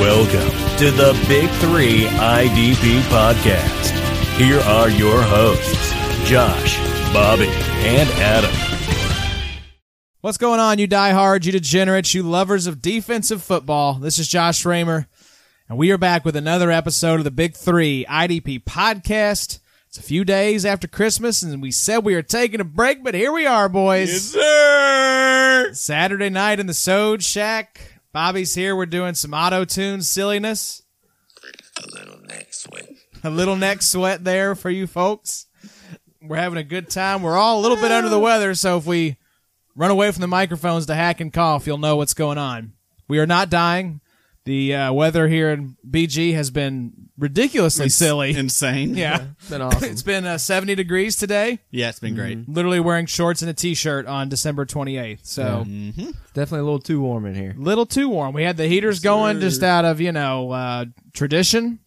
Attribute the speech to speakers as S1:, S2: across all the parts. S1: Welcome to the Big Three IDP Podcast. Here are your hosts, Josh, Bobby, and Adam.
S2: What's going on, you diehards, you degenerates, you lovers of defensive football? This is Josh Schramer, and we are back with another episode of the Big Three IDP podcast. It's a few days after Christmas, and we said we are taking a break, but here we are, boys. Saturday night in the Sode Shack. Bobby's here. We're doing some auto tune silliness. A little neck sweat there for you folks. We're having a good time. We're all a little bit under the weather, so if we run away from the microphones to hack and cough, you'll know what's going on. We are not dying. The uh, weather here in BG has been ridiculously silly.
S3: insane.
S2: yeah,
S4: been awesome.
S2: it's been uh, 70 degrees today.
S3: yeah, it's been great.
S2: Literally wearing shorts and a t-shirt on December 28th. So
S4: Definitely a little too warm in here.
S2: little too warm. We had the heaters going just out of you know uh, tradition,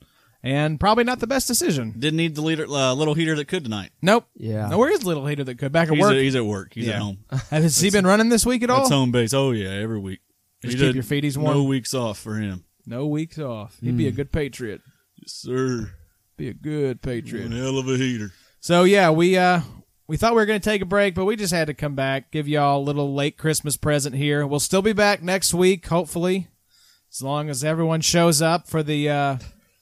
S2: and probably not the best decision.
S3: Didn't need the leader, uh, little heater that could tonight.
S2: Nope.
S4: Yeah.
S2: No, where is little heater that could back at
S3: He's,
S2: work?
S3: At, he's at work. He's
S2: Yeah. Oh.
S3: at home.
S2: Has he been running this week at all?
S3: That's home base. Oh yeah, every week.
S2: Just
S3: He
S2: keep
S3: did-
S2: your feeties
S3: No Mm.
S2: warm.
S3: weeks off for him,
S2: No weeks off. He'd be a good patriot.
S3: yes, sir.
S2: Be a good patriot.
S3: An hell of a heater.
S2: So yeah, we uh we thought we were going to take a break, but we just had to come back, give y'all a little late Christmas present here. We'll still be back next week, hopefully, as long as everyone shows up for the uh,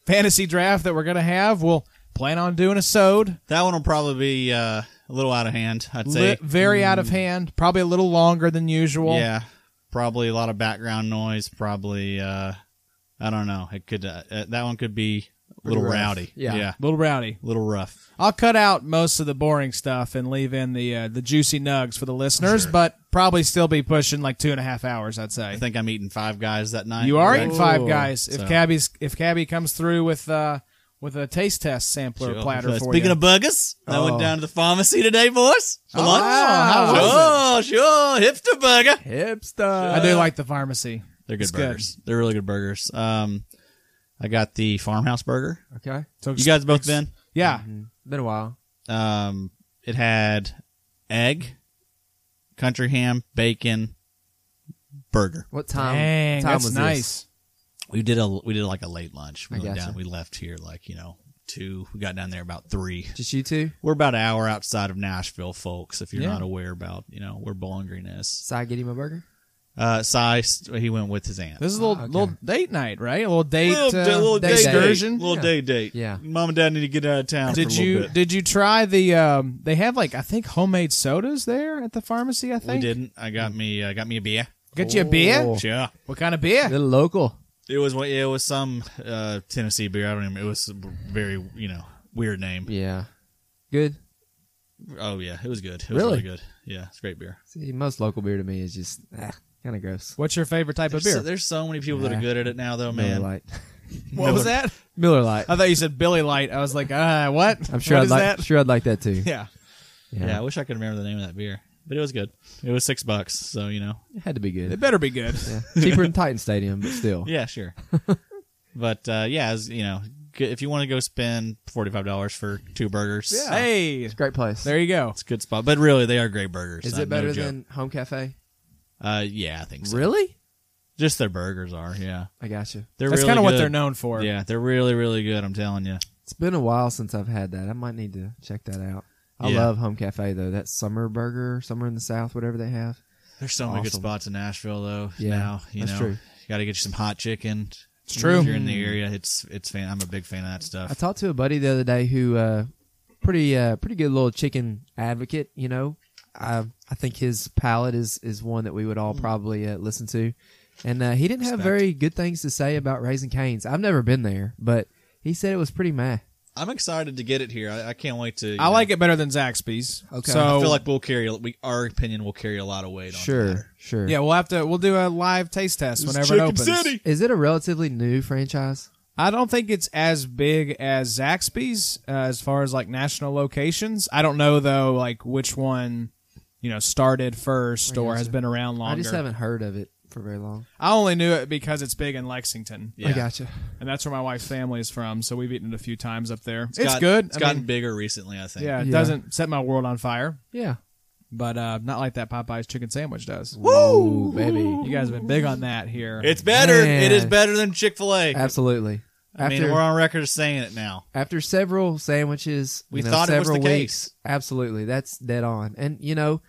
S2: fantasy draft that we're going to have. We'll plan on doing a sode,
S3: That one will probably be uh, a little out of hand. I'd say.
S2: Li- very out of hand, probably a little longer than usual.
S3: Mm. yeah, probably a lot of background noise. Probably. Uh, I don't know. It could. Uh, uh, that one could be a little
S4: rough.
S3: rowdy.
S4: Yeah.
S3: yeah,
S2: little rowdy.
S3: a little rough.
S2: I'll cut out most of the boring stuff and leave in the uh, the juicy nugs for the listeners, but probably still be pushing like two and a half hours. I'd say.
S3: I think I'm eating five guys that night.
S2: You are
S3: Right?
S2: in Five
S4: Ooh.
S2: Guys. If
S3: So-
S2: Cabby's if Cabby comes through with uh with a taste test sampler
S3: Sure.
S2: platter for
S3: Speaking
S2: you. Oh.
S3: of buggers, I went down to the pharmacy today, boys. For lunch.
S2: Ah, how
S3: oh, sure, hipster burger.
S4: Hipster.
S2: I do like the pharmacy.
S3: They're good
S2: It's good.
S3: burgers. They're really good burgers. Um, I got the farmhouse burger.
S4: Okay. Mm-hmm.
S2: So
S3: You guys both been?
S2: yeah,
S4: Been a while.
S3: Um, it had egg, country ham, bacon, burger.
S4: What time?
S2: Dang,
S4: time
S2: that's
S4: was
S2: nice.
S3: We did a we did like a late lunch. We
S4: I
S3: went
S4: gotcha.
S3: down. We left here like you know two. We got down there about three.
S4: This? Just you two?
S3: We're about an hour outside of Nashville, folks. If you're
S2: Yeah.
S3: not aware about you know where Bowling Green is.
S4: So I get him a burger?
S3: Uh, Cy, he went with his aunt.
S2: This is a little
S4: Ah, okay.
S2: little date night, right? A little date, uh,
S4: date date.
S2: excursion.
S3: little
S4: Yeah.
S3: day date.
S4: Yeah.
S3: mom and dad need to get out of town. for a
S2: Did
S3: little
S2: you
S3: bit.
S2: did you try the? Um, they have like I think homemade sodas there at the pharmacy. I
S3: We
S2: think
S3: didn't. I got me. I got me a beer.
S2: Get you a beer.
S4: Oh.
S3: Yeah.
S2: What kind of beer?
S4: Little local.
S3: It was. what- It was some uh, Tennessee beer. I don't even. It was a very you know weird name.
S4: Yeah. Good.
S3: Oh yeah, it was good. It was really,
S4: Really?
S3: good. Yeah, it's great beer.
S4: See, most local beer to me is just ah, kind of gross.
S2: What's your favorite type of
S3: So,
S2: beer?
S3: there's so many people that are
S4: Yeah.
S3: good at it now, though,
S4: Miller
S3: man.
S4: Lite.
S2: what was that?
S4: Miller Lite.
S2: I thought you said Billy Light. I was like, uh, what?
S4: I'm sure
S2: What
S4: I'd
S2: is
S4: like.
S2: that?
S4: Sure, I'd like that too.
S2: Yeah.
S3: yeah. I wish I could remember the name of that beer, but it was good. It was six bucks, so you know.
S4: It had to be
S2: It
S4: good.
S2: better be good.
S4: Yeah. Cheaper than Titan Stadium, but still.
S3: Yeah, sure. but uh, yeah, as, you know, g- if you want to go spend forty five dollars for two burgers,
S2: Hey,
S4: Great place.
S2: there you go.
S3: it's a good spot. But really, they are great burgers.
S4: Is
S3: Uh,
S4: it better
S3: no joke.
S4: than Home Cafe?
S3: Uh, yeah, I think so.
S4: Really?
S3: Just their burgers are. Yeah,
S4: I gotcha.
S3: they're
S2: That's
S3: really
S2: kind of what
S3: good.
S2: they're known for.
S3: Yeah, they're really really good. I'm telling you.
S4: It's been a while since I've had that. I might need to check that out. I
S3: Yeah.
S4: love Home Cafe though. That summer burger, summer in the South, whatever they have.
S3: There's so many good
S4: Awesome.
S3: spots in Nashville though.
S4: Yeah,
S3: now, you
S4: that's
S3: know,
S4: true.
S3: You got to get you some hot chicken. It's
S2: true.
S3: If you're in the area, it's it's. Fan- I'm a big fan of that stuff.
S4: I talked to a buddy the other day who uh, pretty uh, pretty good little chicken advocate. You know, I I think his palate is is one that we would all probably uh, listen to, and uh, he didn't have
S3: Respect.
S4: very good things to say about Raising Canes. I've never been there, but he said it was pretty meh.
S3: I'm excited to get it here. I, I can't wait to.
S2: I like it better than Zaxby's.
S4: Okay.
S2: So
S3: I feel like we'll carry. We our opinion will carry a lot of weight. on
S4: Sure, sure.
S2: yeah, we'll have to we'll do a live taste test whenever it opens.
S4: Is it a relatively new franchise?
S2: I don't think it's as big as Zaxby's uh, as far as like national locations. I don't know though like which one you know started first
S4: I
S2: or has
S4: gotcha.
S2: been around longer.
S4: I just haven't heard of it for very long.
S2: I only knew it because it's big in Lexington.
S3: Yeah.
S4: I gotcha.
S2: And that's where my wife's family is from, so we've eaten it a few times up there. It's,
S3: got-
S2: good.
S3: It's
S2: I
S3: gotten
S2: mean,
S3: bigger recently, I think.
S2: yeah, it
S4: Yeah.
S2: doesn't set my world on fire.
S4: Yeah.
S2: but uh, not like that Popeye's chicken sandwich does.
S4: Woo, baby.
S2: You guys have been big on that here.
S3: It's better.
S4: Man.
S3: It is better than Chick Fil A. I
S4: Absolutely. After,
S3: mean, we're on record as saying it now.
S4: after several sandwiches,
S3: We
S4: you know,
S3: thought it was
S4: several
S3: the
S4: weeks,
S3: case.
S4: Absolutely, that's dead on. And you know,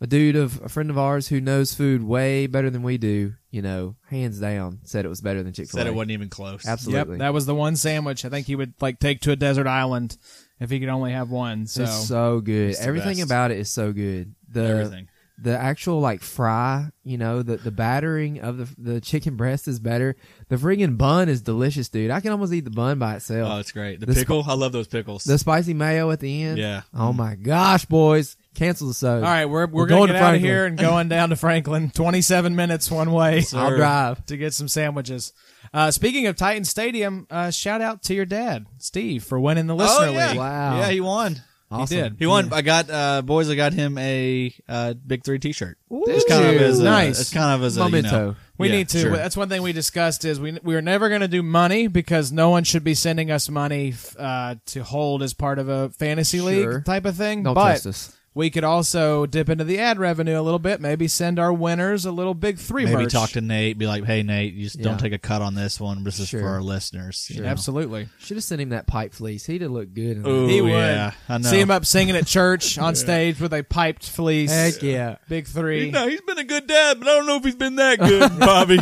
S4: a dude of a friend of ours who knows food way better than we do, you know, hands down, said it was better than Chick Fil A.
S3: Said it wasn't even close.
S4: Absolutely,
S2: Yep, that was the one sandwich I think he would like take to a desert island if he could only have one. So,
S4: it's so good.
S3: the
S4: Everything
S3: best.
S4: about it is so good. The
S3: Everything.
S4: the actual like fry, you know, the the battering of the the chicken breast is better. The friggin' bun is delicious, dude. I can almost eat the bun by itself.
S3: Oh, it's great. The,
S4: The sp-
S3: pickle. I love those pickles.
S4: the spicy mayo at the end.
S3: Yeah.
S4: Oh my gosh, boys, cancel the soda.
S2: all right, we're we're,
S4: We're
S2: gonna
S4: going
S2: get
S4: to
S2: out of
S4: Franklin.
S2: here and going down to Franklin. Twenty seven minutes one way
S4: I'll
S3: Sir.
S4: drive.
S2: to get some sandwiches. Uh, speaking of Titan Stadium, uh, shout out to your dad, Steve, for winning the listener
S3: oh yeah.
S2: league.
S4: Wow.
S3: Yeah, he won.
S4: Awesome.
S2: did.
S3: He won. I got uh, boys. I got him a uh, big three T-shirt.
S2: Did you?
S3: as a,
S2: Nice.
S3: It's kind of as a you know-
S4: Memento.
S2: We
S3: Yeah,
S2: need to.
S3: sure.
S2: That's one thing we discussed is we we are never going to do money because no one should be sending us money f- uh, to hold as part of a fantasy
S4: Sure.
S2: league type of thing.
S4: Don't
S2: but
S4: trust us.
S2: we could also dip into the ad revenue a little bit. Maybe send our winners a little big three.
S3: Maybe
S2: merch.
S3: talk to Nate. Be like, hey Nate, you just
S4: Yeah.
S3: don't take a cut on this one. This is
S4: Sure.
S3: for our listeners. you know?
S2: absolutely.
S4: Should have sent him that pipe fleece. He'd have looked good. In
S3: Ooh,
S4: that.
S2: He would.
S3: yeah, I know.
S2: See him up singing at church on stage with a piped fleece.
S4: Heck yeah.
S2: Big
S3: You
S2: three.
S3: know, he's been a good dad, but I don't know if he's been that good, Bobby.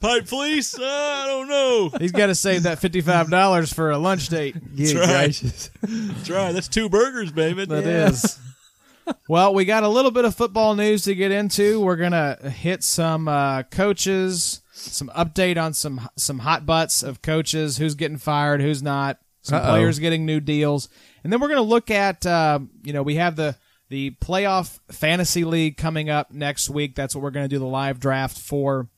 S3: Pipe fleece? Uh, I don't know.
S2: He's got to save that fifty-five dollars for a lunch date.
S4: Good
S3: right.
S4: gracious.
S3: Try that's two burgers, baby.
S2: That is. well, we got a little bit of football news to get into. We're gonna hit some uh, coaches, some update on some some hot butts of coaches, who's getting fired, who's not, some
S4: Uh-oh.
S2: players getting new deals, and then we're gonna look at uh, you know we have the the playoff fantasy league coming up next week. That's what we're gonna do the live draft for,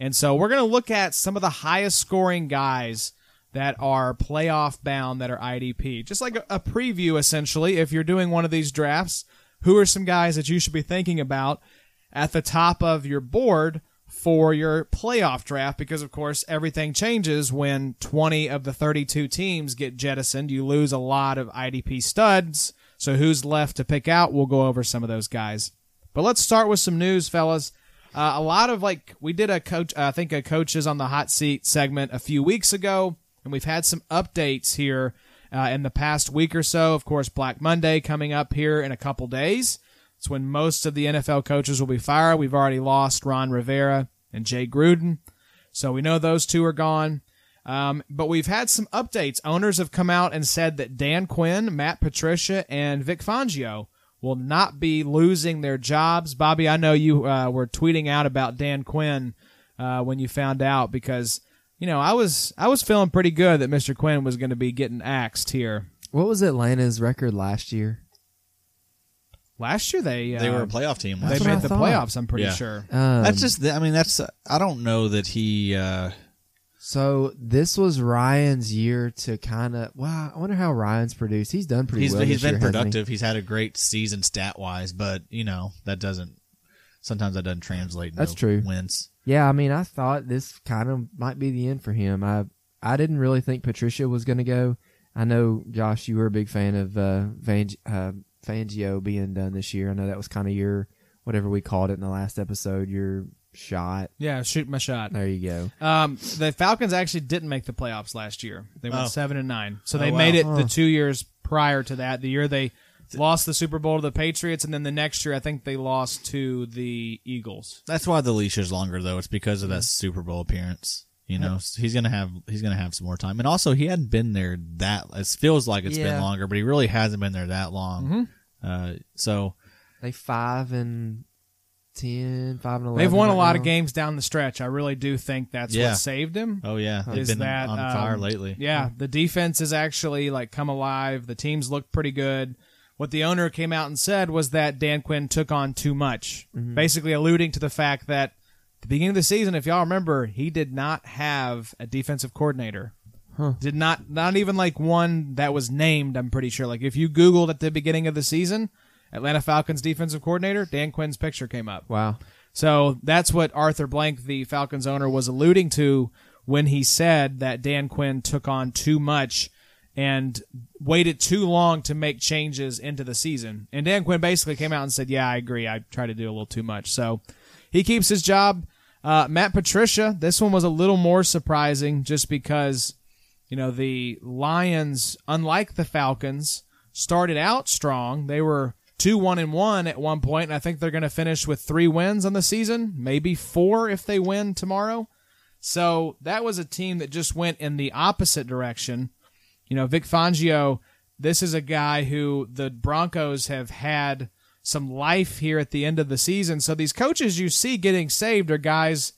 S2: and so we're gonna look at some of the highest scoring guys that are playoff bound that are IDP. Just like a, a preview, essentially, if you're doing one of these drafts, who are some guys that you should be thinking about at the top of your board for your playoff draft? Because, of course, everything changes when 20 of the 32 teams get jettisoned. You lose a lot of IDP studs. So, who's left to pick out? We'll go over some of those guys. But let's start with some news, fellas. Uh, a lot of like we did a coach, uh, I think a coaches on the hot seat segment a few weeks ago, and we've had some updates here uh, in the past week or so. Of course, Black Monday coming up here in a couple days. It's when most of the NFL coaches will be fired. We've already lost Ron Rivera and Jay Gruden, so we know those two are gone. Um, but we've had some updates. Owners have come out and said that Dan Quinn, Matt Patricia, and Vic Fangio will not be losing their jobs. Bobby, I know you uh, were tweeting out about Dan Quinn uh, when you found out because you know I was I was feeling pretty good that Mr. Quinn was going to be getting axed here
S4: What was Atlanta's record last year?
S2: last year. They uh,
S3: They were a playoff team.
S2: They
S3: Last
S4: what
S2: made
S4: I
S2: the
S4: thought.
S2: playoffs. I'm pretty
S3: Yeah.
S2: sure.
S4: Um,
S3: that's just. The, I mean, that's. I don't know that he. Uh,
S4: so this was Ryan's year to kind of. Wow, I wonder how Ryan's produced. He's done pretty
S3: he's
S4: well.
S3: he's
S4: this
S3: been
S4: year, hasn't he?
S3: productive. He's had a great season stat wise, but you know that doesn't. Sometimes that doesn't translate. into
S4: That's true.
S3: Wins.
S4: Yeah, I mean, I thought this kind of might be the end for him. I I didn't really think Patricia was going to go. I know, Josh, you were a big fan of uh, Fang- uh, Fangio being done this year. I know that was kind of your whatever we called it in the last episode, your shot.
S2: Yeah, shoot my shot.
S4: There you go.
S2: Um, the Falcons actually didn't make the playoffs last year. They went
S3: Oh.
S2: seven and nine, so they
S3: wow.
S2: made it the two years prior to that. The year they lost the Super Bowl to the Patriots, and then the next year I think they lost to the Eagles.
S3: That's why the leash is longer though. It's because of that Super Bowl appearance. You know, So he's gonna have he's gonna have some more time, and also he hadn't been there that. It feels like it's
S4: Yeah.
S3: been longer, but he really hasn't been there that
S2: Mm-hmm.
S3: long. Uh, so
S4: They five and ten, five and eleven.
S2: They've won a
S4: right
S2: lot
S4: now.
S2: of games down the stretch. I really do think that's
S3: Yeah.
S2: what saved him.
S3: oh yeah, they've
S2: Is
S3: been
S2: that,
S3: on fire
S2: um,
S3: lately.
S2: Yeah, the defense is actually like come alive. The teams look pretty good. What the owner came out and said was that Dan Quinn took on too much,
S4: Mm-hmm.
S2: basically alluding to the fact that the beginning of the season, if y'all remember, he did not have a defensive coordinator. Did not not even like one that was named. I'm pretty sure. Like if you Googled at the beginning of the season, Atlanta Falcons defensive coordinator Dan Quinn's picture came up.
S4: Wow.
S2: So that's what Arthur Blank, the Falcons owner, was alluding to when he said that Dan Quinn took on too much and waited too long to make changes into the season. And Dan Quinn basically came out and said, "Yeah, I agree. I tried to do a little too much." So he keeps his job. Uh, Matt Patricia, this one was a little more surprising, just because you know the Lions, unlike the Falcons, started out strong. They were two one and one at one point, and I think they're going to finish with three wins on the season, maybe four if they win tomorrow. So that was a team that just went in the opposite direction. You know, Vic Fangio, this is a guy who the Broncos have had some life here at the end of the season. So these coaches you see getting saved are guys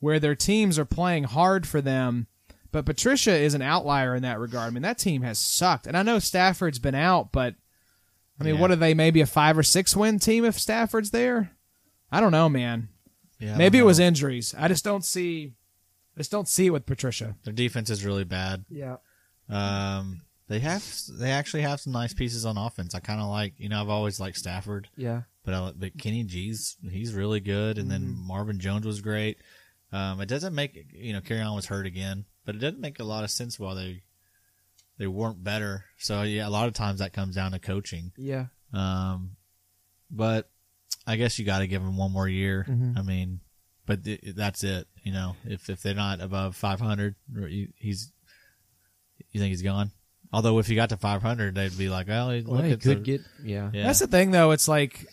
S2: where their teams are playing hard for them. But Patricia is an outlier in that regard. I mean, that team has sucked. And I know Stafford's been out, but I mean,
S3: Yeah.
S2: what are they? Maybe a five or six win team if Stafford's there? I don't know, man.
S3: Yeah, I
S2: Maybe it
S3: don't
S2: was
S3: know.
S2: injuries. I just don't see I just don't see it with Patricia.
S3: Their defense is really bad.
S4: Yeah.
S3: Um, they have they actually have some nice pieces on offense. I kind of like you know I've always liked Stafford,
S4: Yeah.
S3: but I, like- but Kenny G's he's really good, and then
S4: Mm-hmm.
S3: Marvin Jones was great. Um, it doesn't make you know carry on was hurt again, but it doesn't make a lot of sense why they they weren't better. So yeah, a lot of times that comes down to coaching.
S4: Yeah.
S3: Um, but I guess you got to give them one more year.
S4: Mhm.
S3: I mean, but th- that's it. You know, if if they're not above 500, or you- he's you think he's gone. Although if he got to 500, they'd be like, well,
S4: Well,
S3: look
S4: they
S3: at
S4: could
S3: the-
S4: get. Yeah.
S3: yeah.
S2: That's the thing, though. It's like,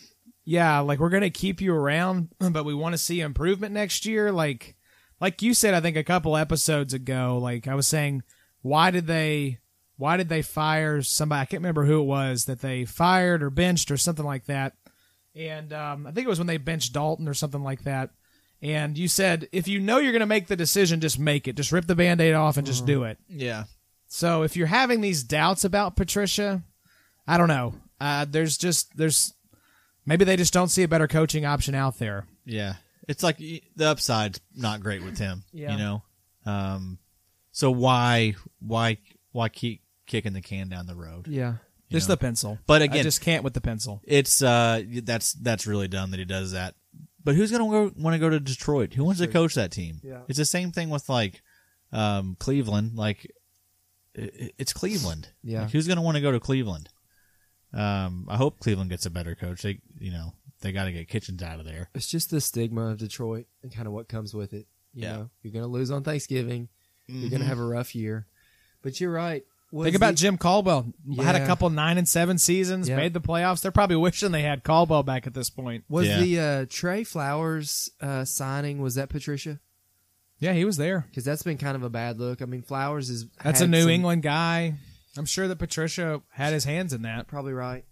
S2: yeah, like we're gonna keep you around, but we want to see improvement next year. Like, like you said, I think a couple episodes ago, like I was saying, why did they, why did they fire somebody? I can't remember who it was that they fired or benched or something like that. And um, I think it was when they benched Dalton or something like that. And you said, if you know you're gonna make the decision, just make it. Just rip the band-aid off and just
S3: Mm-hmm.
S2: do it.
S3: yeah.
S2: So if you're having these doubts about Patricia, I don't know. Uh, there's just there's maybe they just don't see a better coaching option out there.
S3: Yeah. It's like y- the upside's not great with him,
S4: Yeah.
S3: you know. Um so why why why keep kicking the can down the road?
S4: Yeah.
S3: you
S2: Just
S3: know?
S2: the pencil.
S3: But
S2: I
S3: again,
S2: just can't with the pencil.
S3: it's uh that's that's really dumb that he does that. But who's gonna go, want to go to Detroit? Who wants to coach that team?
S4: Yeah.
S3: It's the same thing with like um, Cleveland. Like i- i- it's Cleveland.
S4: Yeah.
S3: Like, who's gonna want to go to Cleveland? Um, I hope Cleveland gets a better coach. They you know they got to get Kitchens out of there.
S4: It's just the stigma of Detroit and kind of what comes with it. You
S3: Yeah.
S4: know, you're going to lose on Thanksgiving. You're going to have a rough year. But you're right. Was
S2: Mm-hmm. Think about
S4: the-
S2: Jim Caldwell. Had a
S4: Yeah.
S2: couple nine and seven seasons,
S4: Yeah.
S2: made the playoffs. They're probably wishing they had Caldwell back at this point.
S4: was
S3: Yeah.
S4: the uh, Trey Flowers uh, signing? Was that Patricia?
S2: Yeah, he was there.
S4: Because that's been kind of a bad look. I mean, Flowers is
S2: That's
S4: had
S2: a New
S4: some-
S2: England guy. I'm sure that Patricia had his hands in that.
S4: Probably right.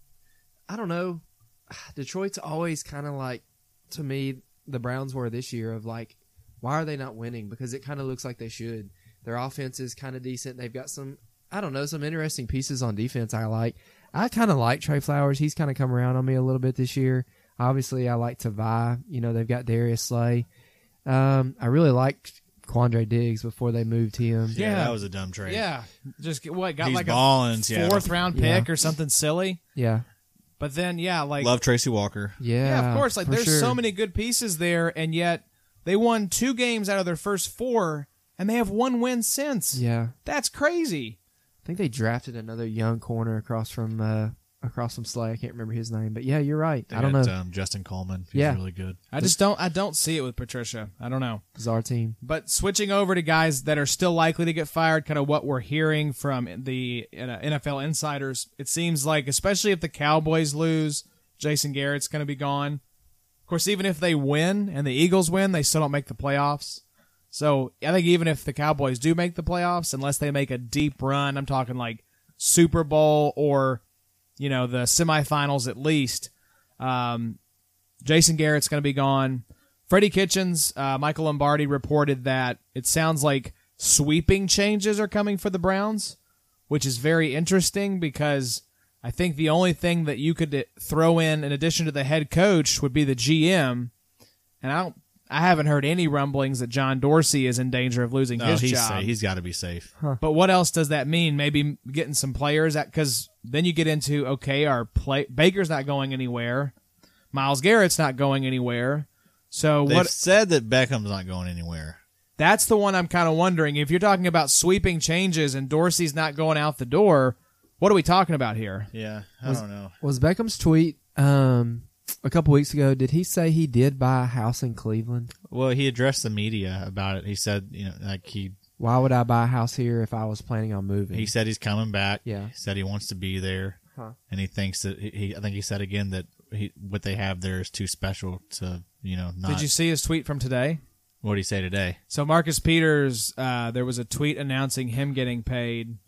S4: I don't know. Detroit's always kind of like to me the Browns were this year of like, why are they not winning? Because it kind of looks like they should. Their offense is kind of decent. They've got some I don't know some interesting pieces on defense. I like. I kind of like Trey Flowers. He's kind of come around on me a little bit this year. Obviously, I like Tavai. You know, they've got Darius Slay. Um, I really liked Quandre Diggs before they moved him.
S3: Yeah,
S2: Yeah.
S3: that was a dumb trade.
S2: Yeah, just get- what got
S3: He's
S2: like
S3: balling in
S2: a
S3: Seattle.
S2: fourth round
S4: Yeah.
S2: pick or something silly.
S4: Yeah,
S2: But then yeah, like
S3: Love Tracy Walker.
S4: yeah,
S2: Yeah, of course. Like
S4: for
S2: there's so
S4: sure.
S2: many good pieces there, and yet they won two games out of their first four, and they have one win since.
S4: Yeah,
S2: That's crazy.
S4: I think they drafted another young corner across from uh, across from Slay. I can't remember his name, but yeah, you're right.
S3: They
S4: I don't know.
S3: got,
S2: uh,
S3: Um, Justin Coleman. He's
S4: Yeah.
S3: really good.
S2: I just don't I don't see it with Patricia. I don't know.
S4: It's our team.
S2: But switching over to guys that are still likely to get fired, kind of what we're hearing from the uh, NFL insiders, it seems like, especially if the Cowboys lose, Jason Garrett's going to be gone. Of course, even if they win and the Eagles win, they still don't make the playoffs. So I think even if the Cowboys do make the playoffs, unless they make a deep run, I'm talking like Super Bowl or, you know, the semifinals at least, um, Jason Garrett's going to be gone. Freddie Kitchens, uh, Michael Lombardi reported that it sounds like sweeping changes are coming for the Browns, which is very interesting because I think the only thing that you could uh, throw in in addition to the head coach would be the GM, and I don't. I haven't heard any rumblings that John Dorsey is in danger of losing
S3: No,
S2: his
S3: Oh, he's
S2: job.
S3: safe. he's got to be safe.
S2: But what else does that mean? Maybe getting some players at because then you get into okay, our play Baker's not going anywhere, Miles Garrett's not going anywhere. So
S3: They've
S2: what
S3: said that Beckham's not going anywhere.
S2: That's the one I'm kind of wondering. If you're talking about sweeping changes and Dorsey's not going out the door, what are we talking about here?
S3: Yeah, I
S4: Was-
S3: don't know.
S4: Was Beckham's tweet um, a couple weeks ago? Did he say he did buy a house in Cleveland?
S3: Well, he addressed the media about it. He said, you know, like he
S4: Why would I buy a house here if I was planning on moving?
S3: he said he's coming back.
S4: Yeah.
S3: He said he wants to be there,
S4: Huh.
S3: and he thinks that he- he. I think he said again that he what they have there is too special to you know not.
S2: Did you see his tweet from today?
S3: what did he say today?
S2: So Marcus Peters, uh, there was a tweet announcing him getting paid,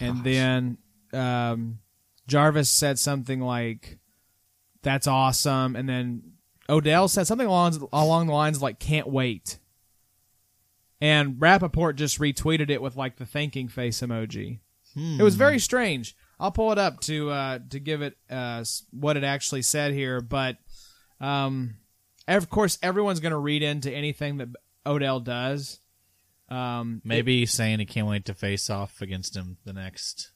S2: and then um, Jarvis said something like, "That's awesome," and then Odell said something along along the lines like, "Can't wait." And Rappaport just retweeted it with like the thinking face emoji. It
S3: Hmm.
S2: was
S3: Mm-hmm.
S2: very strange. I'll pull it up to uh, to give it uh, s- what it actually said here, but um, of course everyone's going to read into anything that Odell does. Um,
S3: Maybe he's saying he can't wait to face off against him the next.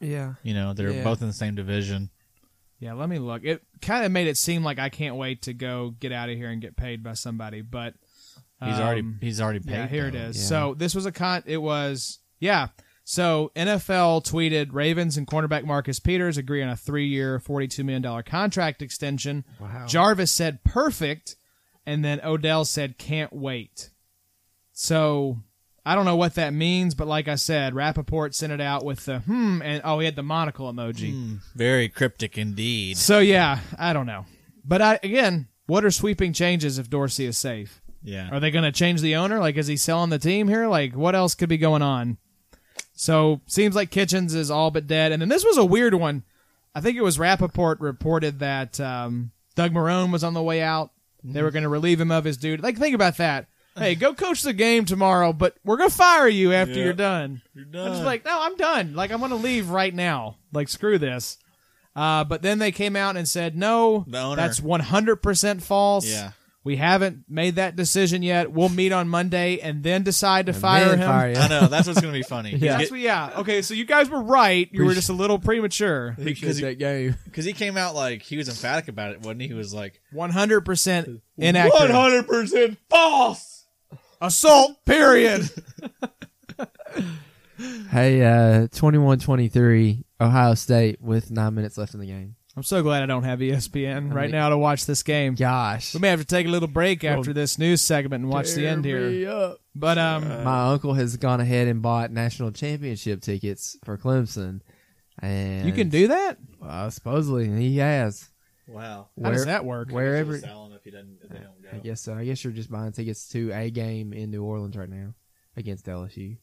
S4: yeah.
S3: You know, they're
S4: Yeah.
S3: both in the same division.
S2: yeah, let me look. It kind of made it seem like I can't wait to go get out of here and get paid by somebody, but
S3: He's already
S2: um,
S3: he's already paid.
S2: Yeah, here it
S3: though.
S2: is.
S4: Yeah.
S2: So this was a con. It was yeah. So NFL tweeted Ravens and cornerback Marcus Peters agree on a three-year, forty-two million dollar contract extension.
S4: Wow.
S2: Jarvis said perfect, and then Odell said can't wait. So I don't know what that means, but like I said, Rappaport sent it out with the hmm, and oh, he had the monocle emoji.
S3: Hmm, very cryptic indeed.
S2: So yeah, I don't know. But I again, what are sweeping changes if Dorsey is safe?
S3: Yeah.
S2: Are they going to change the owner? Like, is he selling the team here? Like, what else could be going on? So, seems like Kitchens is all but dead. And then this was a weird one. I think it was Rappaport reported that um, Doug Marone was on the way out. They were going to relieve him of his duty. Like, think about that. Hey, go coach the game tomorrow, but we're going to fire you after
S3: Yeah.
S2: you're done.
S3: You're
S2: I'm just
S3: done.
S2: like, no, I'm done. Like, I'm going to leave right now. Like, screw this. Uh, but then they came out and said, no,
S3: The owner.
S2: that's 100% false.
S3: Yeah.
S2: We haven't made that decision yet. We'll meet on Monday and then decide to fire
S4: Man,
S2: him.
S4: fire him.
S3: I know that's what's gonna be funny.
S4: Yeah.
S2: That's what- yeah. Okay, so you guys were right. You were just a little premature.
S3: because he,
S4: that game.
S3: because he came out like he was emphatic about it, wasn't he? He was like
S2: 100%
S3: one
S2: inaccurate.
S3: hundred percent false.
S2: Assault, period.
S4: Hey, uh, 21-23, Ohio State with nine minutes left in the game.
S2: I'm so glad I don't have E ESPN right
S4: mean-
S2: now to watch this game.
S4: Gosh.
S2: We may have to take a little break after this news segment and watch the end here. But um,
S4: My uncle has gone ahead and bought national championship tickets for Clemson. And
S2: you can do that?
S4: uh, supposedly he has.
S3: Wow.
S2: How does that work?
S4: Wherever
S3: if he doesn't, if they don't
S4: I guess so. I guess you're just buying tickets to a game in New Orleans right now against LSU.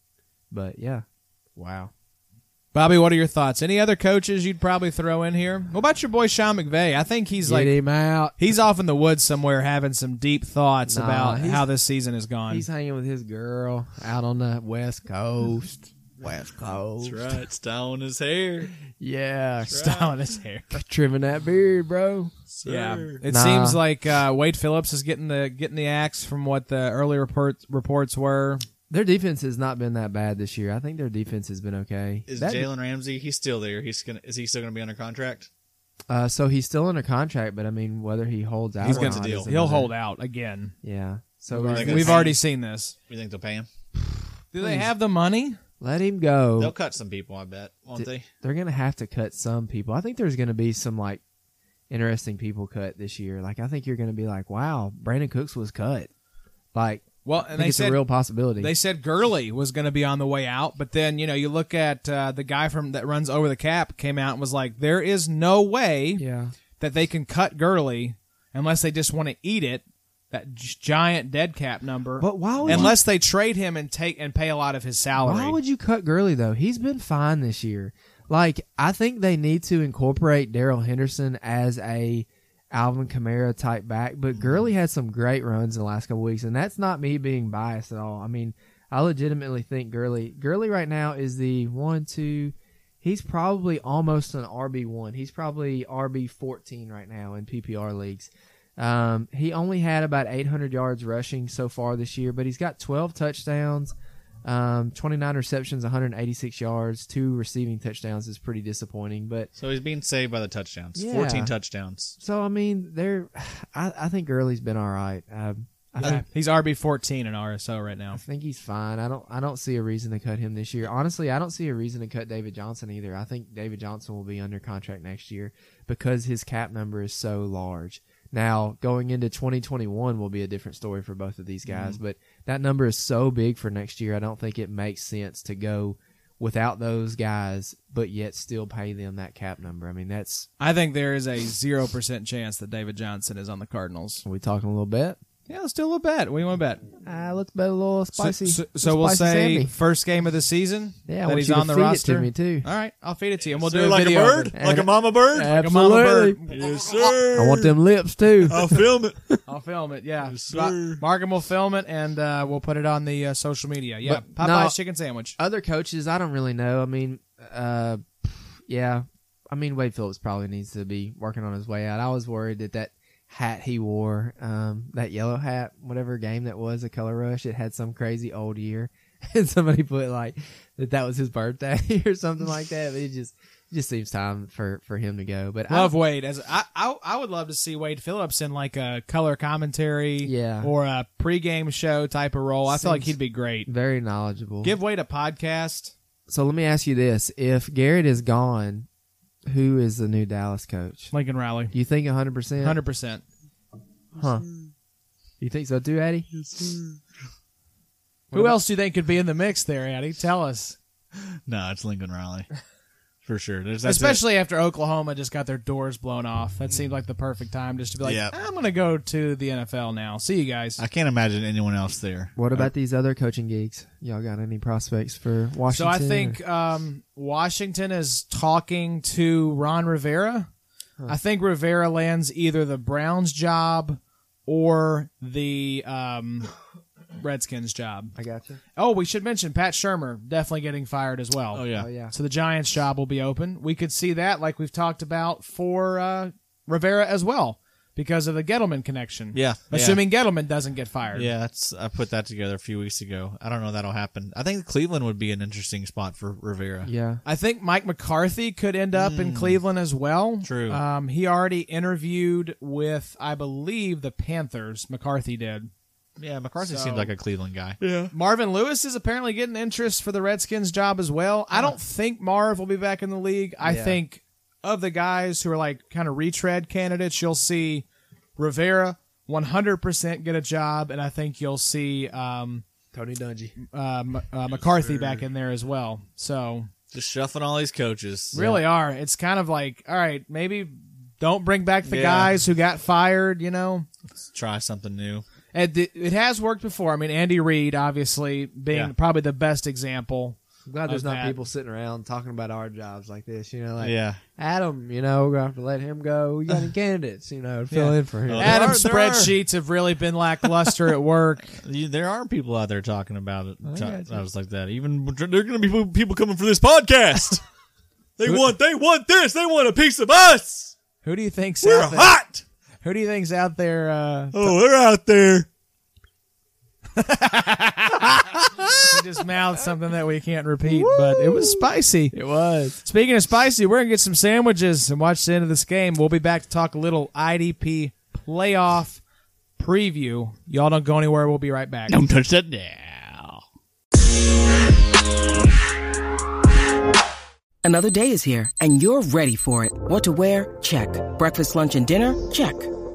S4: But yeah. Wow.
S2: Bobby, what are your thoughts? Any other coaches you'd probably throw in here? What about your boy Sean McVay? I think he's
S4: Get
S2: like
S4: him out.
S2: He's off in the woods somewhere having some deep thoughts
S4: Nah,
S2: about
S4: he's-
S2: how this season has gone.
S4: He's hanging with his girl out on the West Coast. West Coast.
S3: That's right. Styling his hair.
S4: Yeah.
S2: styling his hair.
S4: Trimming that beard, bro.
S2: Yeah,
S3: Sir.
S2: it
S4: Nah.
S2: seems like uh, Wade Phillips is getting the getting the axe from what the early reports reports were.
S4: Their defense has not been that bad this year. I think their defense has been okay.
S3: Is
S4: That-
S3: Jalen Ramsey? He's still there. He's gonna. Is he still gonna be under contract?
S4: Uh, so he's still under contract, but I mean, whether he holds out,
S2: He's
S4: or
S2: gonna-
S4: not
S3: deal.
S4: is
S2: He'll
S4: another-
S2: hold out again.
S4: Yeah. So
S3: We've
S4: is-
S3: got-
S2: We've already seen this.
S3: You think they'll pay him?
S2: Do they have the money?
S4: let him
S3: They'll
S4: go.
S3: cut some people. I bet, won't
S4: Di-
S3: they?
S4: They're gonna have to cut some people. I think there's gonna be some like interesting people cut this year. Like I think you're gonna be like, wow, Brandon Cooks was cut. Like
S2: Well,
S4: I
S2: and
S4: think
S2: they
S4: it's
S2: said
S4: a real possibility.
S2: they said Gurley was going to be on the way out, but then you know you look at uh, the guy from that runs over the cap came out and was like, "There is no way
S4: yeah.
S2: that they can cut Gurley unless they just want to eat it, that g- giant dead cap number.
S4: But why would
S2: unless they trade him and take and pay a lot of his
S4: you,
S2: salary.
S4: why would you cut Gurley though? He's been fine this year. Like I think they need to incorporate Daryl Henderson as a Alvin Kamara type back, but Gurley had some great runs in the last couple weeks, and that's not me being biased at all. I mean, I legitimately think Gurley Gurley right now is the one, two. He's probably almost an RB one. He's probably RB fourteen right now in PPR leagues. Um, he only had about 800 yards rushing so far this year, but he's got 12 touchdowns, um, 29 receptions, 186 yards, two receiving touchdowns. Is pretty disappointing, but
S3: So he's being saved by the touchdowns.
S4: Yeah.
S3: Fourteen touchdowns.
S4: so I mean, they're. I, I think Gurley's been all right. Um,
S2: Yeah, Uh, he's RB fourteen in RSO right now.
S4: I think he's fine. I don't I don't see a reason to cut him this year. Honestly, I don't see a reason to cut David Johnson either. I think David Johnson will be under contract next year because his cap number is so large. Now, going into 2021 will be a different story for both of these guys,
S2: Mm-hmm.
S4: but that number is so big for next year. I don't think it makes sense to go without those guys but yet still pay them that cap number. I mean, that's
S2: I think there is a zero percent chance that David Johnson is on the Cardinals.
S4: are we talking a little bit?
S2: Yeah, let's do a little bet. What do you want to bet?
S4: Uh, let's bet a little
S2: So-
S4: spicy.
S2: So, so we'll
S4: spicy
S2: say
S4: Sandy.
S2: first game of the season.
S4: yeah, I
S2: that
S4: want
S2: he's
S4: you to
S2: on the
S4: feed
S2: roster.
S4: It to me too.
S2: All right, I'll feed it to you. and We'll
S1: Sir,
S2: do a
S1: like a
S2: video of
S1: bird,
S2: it.
S4: And
S1: like
S4: I-
S1: a mama bird.
S2: Like a mama
S4: Absolutely.
S2: bird.
S1: yes, sir.
S4: I want them lips too.
S1: I'll film it.
S2: I'll film it. Yeah,
S1: Yes, sir.
S2: Markham will film it and uh, we'll put it on the uh, social media. Yeah,
S4: But
S2: Popeye's
S4: no-
S2: chicken sandwich.
S4: Other coaches, I don't really know. I mean, uh, yeah, I mean Wade Phillips probably needs to be working on his way out. I was worried that that hat he wore, um, that yellow hat, whatever game that was, a color rush, it had some crazy old year, and somebody put like that that was his birthday or something like that. But it just it just seems time for for him to go. But
S2: Love Wade as I, I I would love to see Wade Phillips in like a color commentary,
S4: Yeah.
S2: or a pregame show type of role. I feel like
S4: Seems-
S2: he'd be great.
S4: I'm very knowledgeable.
S2: Give Wade a podcast.
S4: so let me ask you this: If Garrett is gone, who is the new Dallas coach?
S2: Lincoln Riley,
S4: You think 100%?
S2: hundred percent.
S4: Huh. You think so too, Eddie?
S2: Who else do you think could be in the mix there, Addy? Tell us,
S3: No, it's Lincoln Riley for sure. There's that's it.
S2: especially after Oklahoma just got their doors blown off. That seemed like the perfect time just to be like,
S3: Yep.
S2: I'm going to go to the NFL now. See you guys.
S3: I can't imagine anyone else there.
S4: What about these other coaching gigs? Y'all got any prospects for
S2: So
S4: Washington?
S2: I think um, Washington is talking to Ron Rivera. I think Rivera lands either the Browns job or the um, Redskins job.
S4: I got you.
S2: Oh, we should mention Pat Shermer definitely getting fired as well.
S3: Oh yeah,
S4: Oh yeah.
S2: So the Giants job will be open. We could see that, like we've talked about, for uh, Rivera as well because of the Gettleman connection.
S3: Yeah,
S2: Assuming Gettleman doesn't get fired.
S3: Yeah, that's I put that together a few weeks ago. I don't know that'll happen. I think Cleveland would be an interesting spot for Rivera.
S4: Yeah.
S2: I think Mike McCarthy could end up in Cleveland as well.
S3: Hmm. True.
S2: Um, he already interviewed with, I believe, the Panthers. McCarthy did.
S3: Yeah, McCarthy
S2: So-
S3: seems like a Cleveland guy.
S2: Marvin Lewis is apparently getting interest for the Redskins job as well. I don't think Marv will be back in the league. I
S4: Yeah.
S2: think of the guys who are like kind of retread candidates, you'll see Rivera 100% get a job, and I think you'll see um,
S4: Tony Dungy.
S2: uh, M- uh, McCarthy back in there as well. So
S3: Just shuffling all these coaches.
S2: really are. It's kind of like, all right, maybe don't bring back the
S3: Yeah.
S2: guys who got fired, you know?
S3: Let's try something new.
S2: It, it has worked before. I mean, Andy Reid, obviously, being
S3: Yeah.
S2: probably the best example.
S4: I'm glad there's
S2: Of
S4: not
S2: that.
S4: people sitting around talking about our jobs like this. You know, like
S3: yeah,
S4: Adam. You know, we're gonna have to let him go. We got any candidates? You know, to fill in for him.
S3: Oh, There
S2: Adam's
S3: are- there are.
S2: spreadsheets have really been lackluster at work.
S3: You- there are people out there talking about it.
S4: I
S3: ta-
S4: gotcha.
S3: I was like that. Even there are going to be people coming for this podcast. they want. They want this. They want a piece of us.
S2: Who do you think's
S3: We're
S2: out there?
S3: hot.
S2: Who do you think's out there? Uh,
S3: Oh, they're out there.
S2: he just mouthed something that we can't repeat, but it was spicy.
S4: It was.
S2: Speaking of spicy, we're gonna get some sandwiches and watch the end of this game. We'll be back to talk a little IDP playoff preview. Y'all don't go anywhere. We'll be right back.
S3: Don't touch that now.
S5: Another day is here, and you're ready for it. What to wear? Check. Breakfast, lunch, and dinner? Check.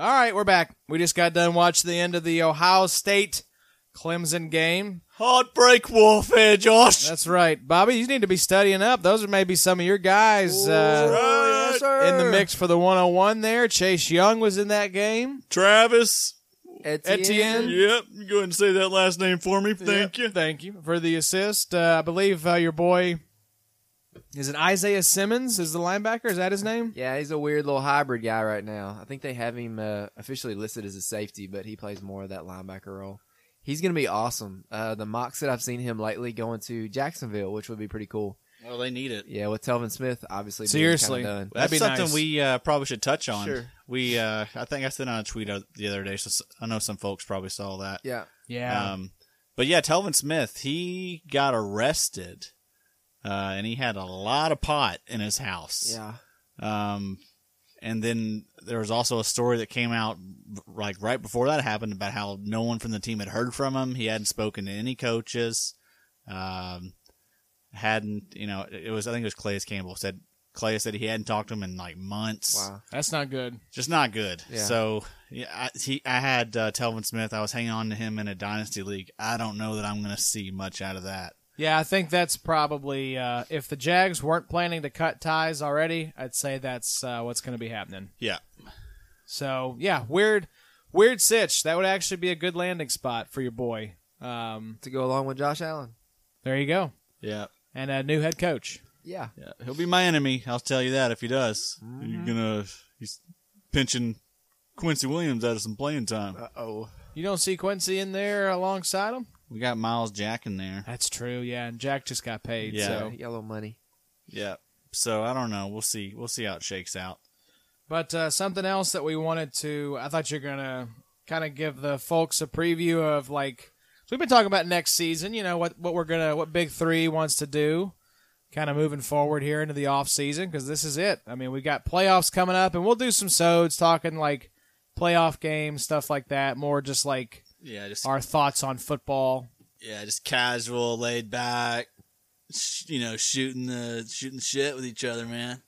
S2: All right, we're back. We just got done watching the end of the Ohio State Clemson game.
S3: Heartbreak warfare, Josh.
S2: That's right, Bobby. You need to be studying up. Those are maybe some of your guys uh, in the mix for the 101. There, Chase Young was in that game.
S3: Travis.
S4: Etienne.
S2: Etienne,
S3: Yep. You go ahead and say that last name for me. Thank you.
S2: thank you for the assist. Uh, I believe uh, your boy is it Isaiah Simmons is the linebacker. Is that his name?
S4: Yeah, he's a weird little hybrid guy right now. I think they have him uh, officially listed as a safety, but he plays more of that linebacker role. He's going to be awesome. Uh, the mocks that I've seen him lately going to Jacksonville, which would be pretty cool.
S3: Well, they need it.
S4: Yeah, with Telvin Smith, obviously. being
S2: Seriously.
S4: kinda done.
S2: That'd
S3: That's
S2: be
S3: something
S2: nice.
S3: we uh, probably should touch on.
S4: Sure.
S3: We, uh, I think I sent out a tweet out the other day, so s- I know some folks probably saw that.
S4: Yeah.
S2: Yeah.
S3: Um, but yeah, Telvin Smith, he got arrested, uh, and he had a lot of pot in his house.
S4: Yeah.
S3: Um, and then there was also a story that came out like right before that happened about how no one from the team had heard from him. He hadn't spoken to any coaches. Um, hadn't you know? It was I think it was Clayus Campbell said Clay said he hadn't talked to him in like months
S4: Wow.
S2: That's not good.
S3: just not good.
S4: Yeah.
S3: So yeah, I, he, I had uh, Telvin Smith. I was hanging on to him in a dynasty league. I don't know that I'm going to see much out of that.
S2: Yeah, I think that's probably uh, if the Jags weren't planning to cut ties already, I'd say that's uh, what's going to be happening.
S3: Yeah,
S2: So yeah, weird, weird sitch. That would actually be a good landing spot for your boy. Um,
S4: To go along with Josh Allen.
S2: there you go,
S3: yeah,
S2: and a new head coach.
S4: Yeah.
S3: yeah. He'll be my enemy. I'll tell you that if he does. You're gonna he's pinching Quincy Williams out of some playing time.
S4: Uh oh.
S2: You don't see Quincy in there alongside him.
S3: we got Miles Jack in there.
S2: That's true. Yeah, and Jack just got paid.
S3: Yeah.
S2: So.
S4: Yellow money.
S3: Yeah. So I don't know. We'll see. We'll see how it shakes out.
S2: But uh, something else that we wanted to, I thought you're gonna kind of give the folks a preview of like, so we've been talking about next season. You know what what we're gonna what Big Three wants to do, kind of moving forward here into the off season because this is it. I mean, we've got playoffs coming up, and we'll do some sods talking like playoff games, stuff like that. More just like
S3: Yeah. Just
S2: our thoughts on football.
S3: yeah, just casual, laid back, sh- you know, shooting the shooting shit with each other, man.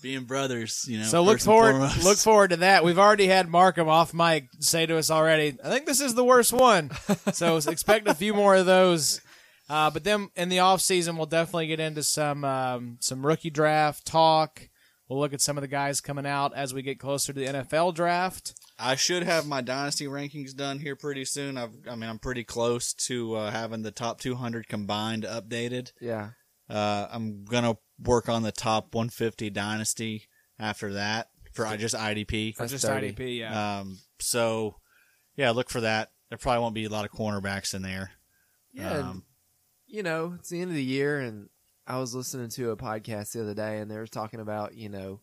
S3: Being brothers, you know.
S2: So look
S3: first and
S2: forward,
S3: foremost.
S2: look forward to that. We've already had Markham off mic say to us already. I think this is the worst one. So expect a few more of those. Uh, but then in the off season, we'll definitely get into some um, some rookie draft talk. We'll look at some of the guys coming out as we get closer to the NFL draft.
S3: I should have my dynasty rankings done here pretty soon. I've, I mean, I'm pretty close to uh, having the top 200 combined updated.
S4: Yeah.
S3: Uh, I'm gonna work on the top 150 dynasty after that for I just IDP.
S2: Or
S4: That's
S2: just
S4: dirty.
S2: IDP, yeah.
S3: Um, so yeah, look for that. There probably won't be a lot of cornerbacks in there.
S4: Yeah. and,
S3: Um,
S4: you know, it's the end of the year, and I was listening to a podcast the other day, and they were talking about, you know,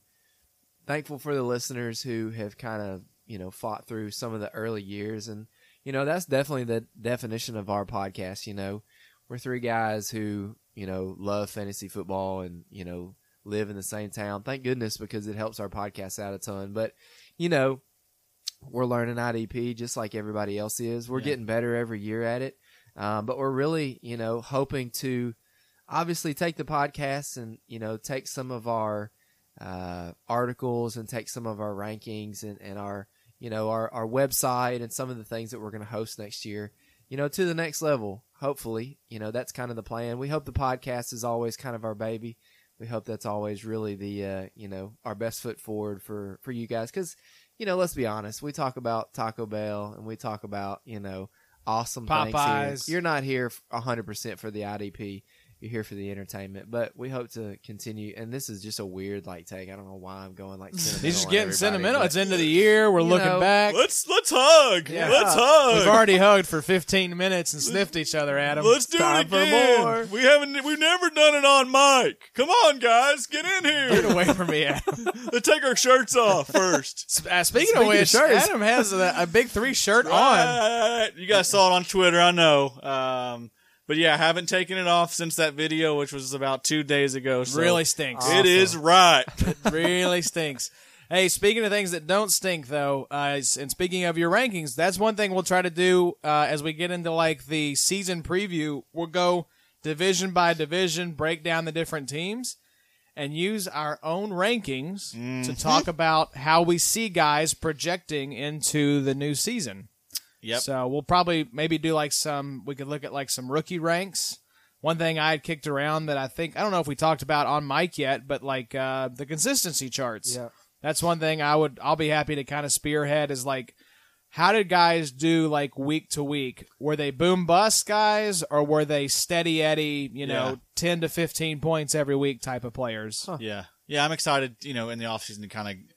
S4: thankful for the listeners who have kind of, you know, fought through some of the early years. And, you know, that's definitely the definition of our podcast. You know, we're three guys who, you know, love fantasy football and, you know, live in the same town. Thank goodness because it helps our podcast out a ton. But, you know, we're learning IDP just like everybody else is. We're
S3: Yeah.
S4: getting better every year at it. Um, but we're really, you know, hoping to obviously take the podcast and, you know, take some of our uh, articles and take some of our rankings and, and our, you know, our, our website and some of the things that we're going to host next year, you know, to the next level, hopefully. You know, that's kind of the plan. We hope the podcast is always kind of our baby. We hope that's always really the, uh, you know, our best foot forward for, for you guys. Cause, you know, let's be honest. We talk about Taco Bell and we talk about, you know, awesome things
S2: Popeyes.
S4: here. You're not here f- 100% for the IDP. You're here for the entertainment, but we hope to continue. And this is just a weird like take. I don't know why I'm going like. sentimental
S2: He's just
S4: on
S2: getting
S4: everybody,
S2: sentimental.
S4: but-
S2: It's end of the year. We're
S4: You
S2: looking
S4: know-
S2: back.
S3: Let's let's hug.
S4: Yeah.
S3: Let's hug.
S2: We've already hugged for 15 minutes and sniffed each other, Adam.
S3: Let's do
S4: Time
S3: it
S4: for
S3: again.
S4: more.
S3: We haven't. We've never done it on mic. Come on, guys, get in
S2: Get
S3: here.
S2: away from me, Adam.
S3: Let's take our shirts off first.
S2: Sp- uh, speaking,
S4: Speaking
S2: of
S4: of
S2: which,
S4: shirts.
S2: Adam has a, a big three shirt on.
S3: Right. You guys saw it on Twitter, I know. Um, but yeah, I haven't taken it off since that video, which was about two days ago. So
S2: Really stinks.
S3: It is right.
S2: really stinks. Hey, speaking of things that don't stink, though, uh, s- and speaking of your rankings, that's one thing we'll try to do uh, as we get into like the season preview. We'll go division by division, break down the different teams, and use our own rankings to talk about how we see guys projecting into the new season.
S3: Yep.
S2: So we'll probably maybe do like some. We could look at like some rookie ranks. One thing I had kicked around that I think I don't know if we talked about on mic yet, but like uh, the consistency charts.
S4: Yeah.
S2: That's one thing I would. I'll be happy to kind of spearhead is like, how did guys do like week to week? Were they boom bust guys, or were they steady Eddie? You know,
S3: Yeah.
S2: ten to fifteen points every week type of players.
S3: Yeah. Yeah, I'm excited, you know, in the offseason to kind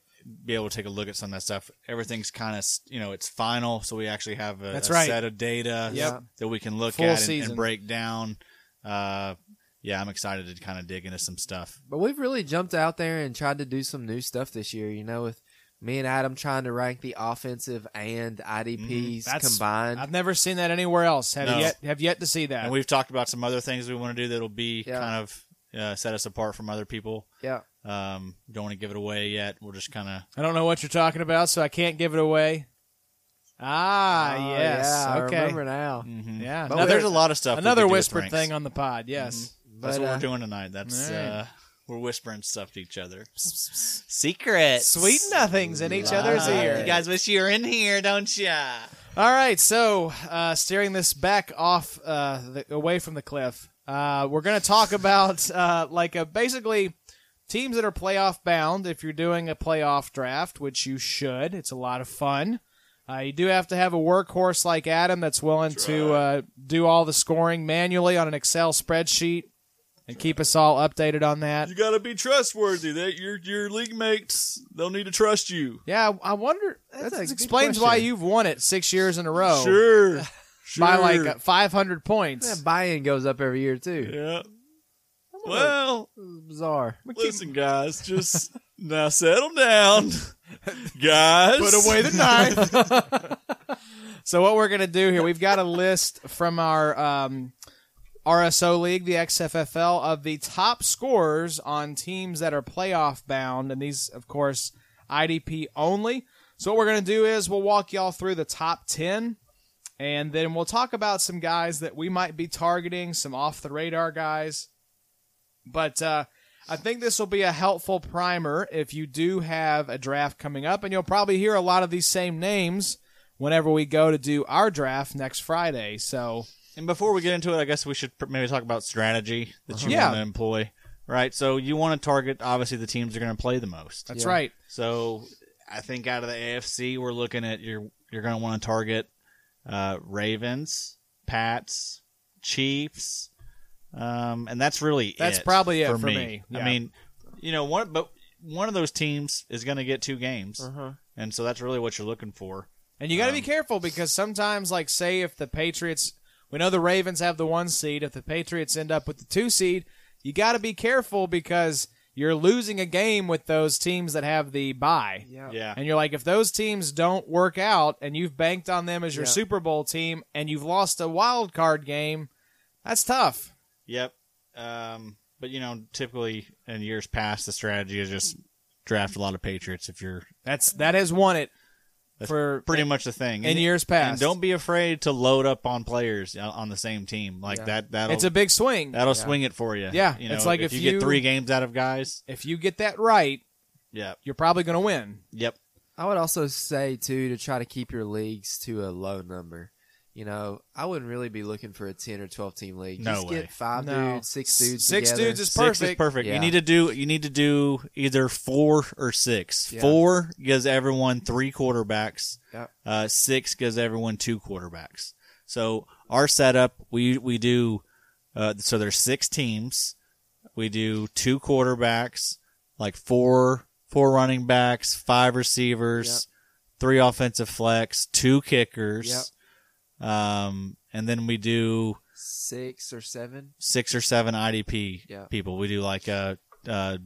S3: be able to take a look at some of that stuff. Everything's kind of you know it's final, so we actually have a,
S2: That's
S3: a
S2: right.
S3: set of data
S2: Yep.
S3: that we can look
S2: Full
S3: at and,
S2: season.
S3: and break down. Uh, yeah, I'm excited to kind of dig into some stuff.
S4: But we've really jumped out there and tried to do some new stuff this year. You know, with me and Adam trying to rank the offensive and IDPs
S2: Mm-hmm.
S4: combined.
S2: I've never seen that anywhere else. Have
S3: No.
S2: yet have yet to see that.
S3: And we've talked about some other things we want to do that'll be
S4: Yeah.
S3: kind of uh, set us apart from other people.
S4: yeah,
S3: Um, don't want to give it away yet. We're just kind of
S2: I don't know what you're talking about, so I can't give it away. Ah,
S4: Oh,
S2: yes.
S4: yeah,
S2: okay. Mm.
S4: I remember now.
S2: Yeah.
S3: But
S2: Another-
S3: mm-hmm. there's a lot of stuff. that we
S2: Another
S3: could do with
S2: whispered
S3: pranks.
S2: thing on the pod. Yes.
S3: That's
S4: But,
S3: what
S4: uh,
S3: we're doing tonight. That's
S2: all right.
S3: uh, we're whispering stuff to each other. Secrets. Ah,
S2: Sweet nothings in each other's ear.
S3: You guys wish you were in here, don't ya?
S2: All right, so uh, steering this back off uh, the, away from the cliff, uh, we're going to talk about uh, like a basically teams that are playoff bound. If you're doing a playoff draft, which you should, it's a lot of fun. Uh, you do have to have a workhorse like Adam that's willing to uh, do all the scoring manually on an Excel spreadsheet and keep us all updated on that.
S6: You gotta be trustworthy. That your your league mates, they'll need to trust you.
S2: Yeah, I- I wonder. That
S4: a good
S2: explains why
S4: question.
S2: you've won it six years in a row
S6: Sure, sure.
S2: Oh. by like uh, 500 points.
S4: That buy-in goes up every year too.
S6: yeah. Well,
S4: It's bizarre.
S6: listen, guys. Just now, settle down, guys. Put away the knife.
S2: So what we're gonna do here, we've got a list from our um, RSO league, the XFFL, of the top scorers on teams that are playoff bound, and these, of course, IDP only. So what we're gonna do is we'll walk y'all through the top ten, and then we'll talk about some guys that we might be targeting, some off the radar guys. But uh, I think this will be a helpful primer if you do have a draft coming up, and you'll probably hear a lot of these same names whenever we go to do our draft next Friday. So
S3: And before we get into it, I guess we should pr- maybe talk about strategy that you
S2: Yeah.
S3: want to employ, right? So you want to target obviously the teams that are going to play the most.
S2: that's right.
S3: So I think out of the AFC, we're looking at you're you're going to want to target uh, Ravens, Pats, Chiefs, um, and that's really
S2: That's probably it for me, yeah.
S3: I mean, you know, one but one of those teams is going to get two games,
S2: Uh-huh.
S4: Uh-huh.
S3: and so that's really what you're looking for.
S2: And you got to be careful because sometimes, like, say if the Patriots, we know the Ravens have the one seed. If the Patriots end up with the two seed, you got to be careful because you're losing a game with those teams that have the bye.
S3: Yeah,
S2: And you're like, if those teams don't work out and you've banked on them as your
S4: Yeah.
S2: Super Bowl team and you've lost a wild card game, that's tough.
S3: yep. Um, but you know, typically in years past, the strategy is just draft a lot of Patriots if you're
S2: That's that has won it
S3: That's
S2: for
S3: pretty much the thing
S2: in years past.
S3: And don't be afraid to load up on players uh, on the same team like that. That'll
S2: It's a big swing.
S3: that'll swing it for you.
S2: Yeah,
S3: you know,
S2: it's like
S3: if,
S2: if
S3: you,
S2: you-
S3: get three games out of guys.
S2: if you get that right,
S3: Yep,
S2: you're probably going to win.
S3: yep.
S4: I would also say too to try to keep your leagues to a low number. You know, I wouldn't really be looking for a ten or twelve team league.
S3: No
S4: Just
S3: way.
S4: get five
S2: No.
S4: dudes, six dudes,
S2: Six
S4: together.
S2: dudes is
S3: Six is
S2: perfect.
S3: perfect.
S4: Yeah.
S3: You need to do you need to do either four or six.
S4: Yeah.
S3: Four gives everyone three quarterbacks.
S4: Yep.
S3: Uh, six gives everyone two quarterbacks. So our setup, we we do. Uh, so there's six teams. We do two quarterbacks, like four four running backs, five receivers, three offensive flex, two kickers. Um, and then we do
S4: six or seven.
S3: six or seven IDP
S4: Yeah.
S3: people. We do like a, uh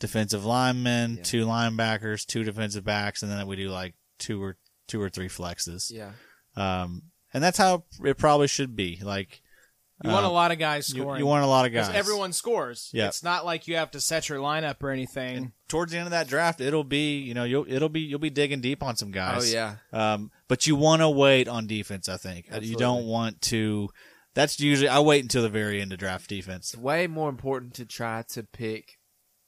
S3: defensive linemen,
S4: Yeah.
S3: two linebackers, two defensive backs, and then we do like two or two or three flexes.
S4: Yeah,
S3: Um, and that's how it probably should be. Like
S2: You want
S3: uh,
S2: a lot of guys
S3: you-
S2: scoring.
S3: You, want a lot of
S2: 'Cause
S3: guys.
S2: everyone scores.
S3: Yeah.
S2: It's not like you have to set your lineup or anything.
S3: And towards the end of that draft, it'll be you know you'll it'll be you'll be digging deep on some guys.
S4: Oh, yeah.
S3: Um, but you want to wait on defense. I think you don't
S4: Absolutely.
S3: want to. That's usually I wait until the very end to draft defense.
S4: it's way more important to try to pick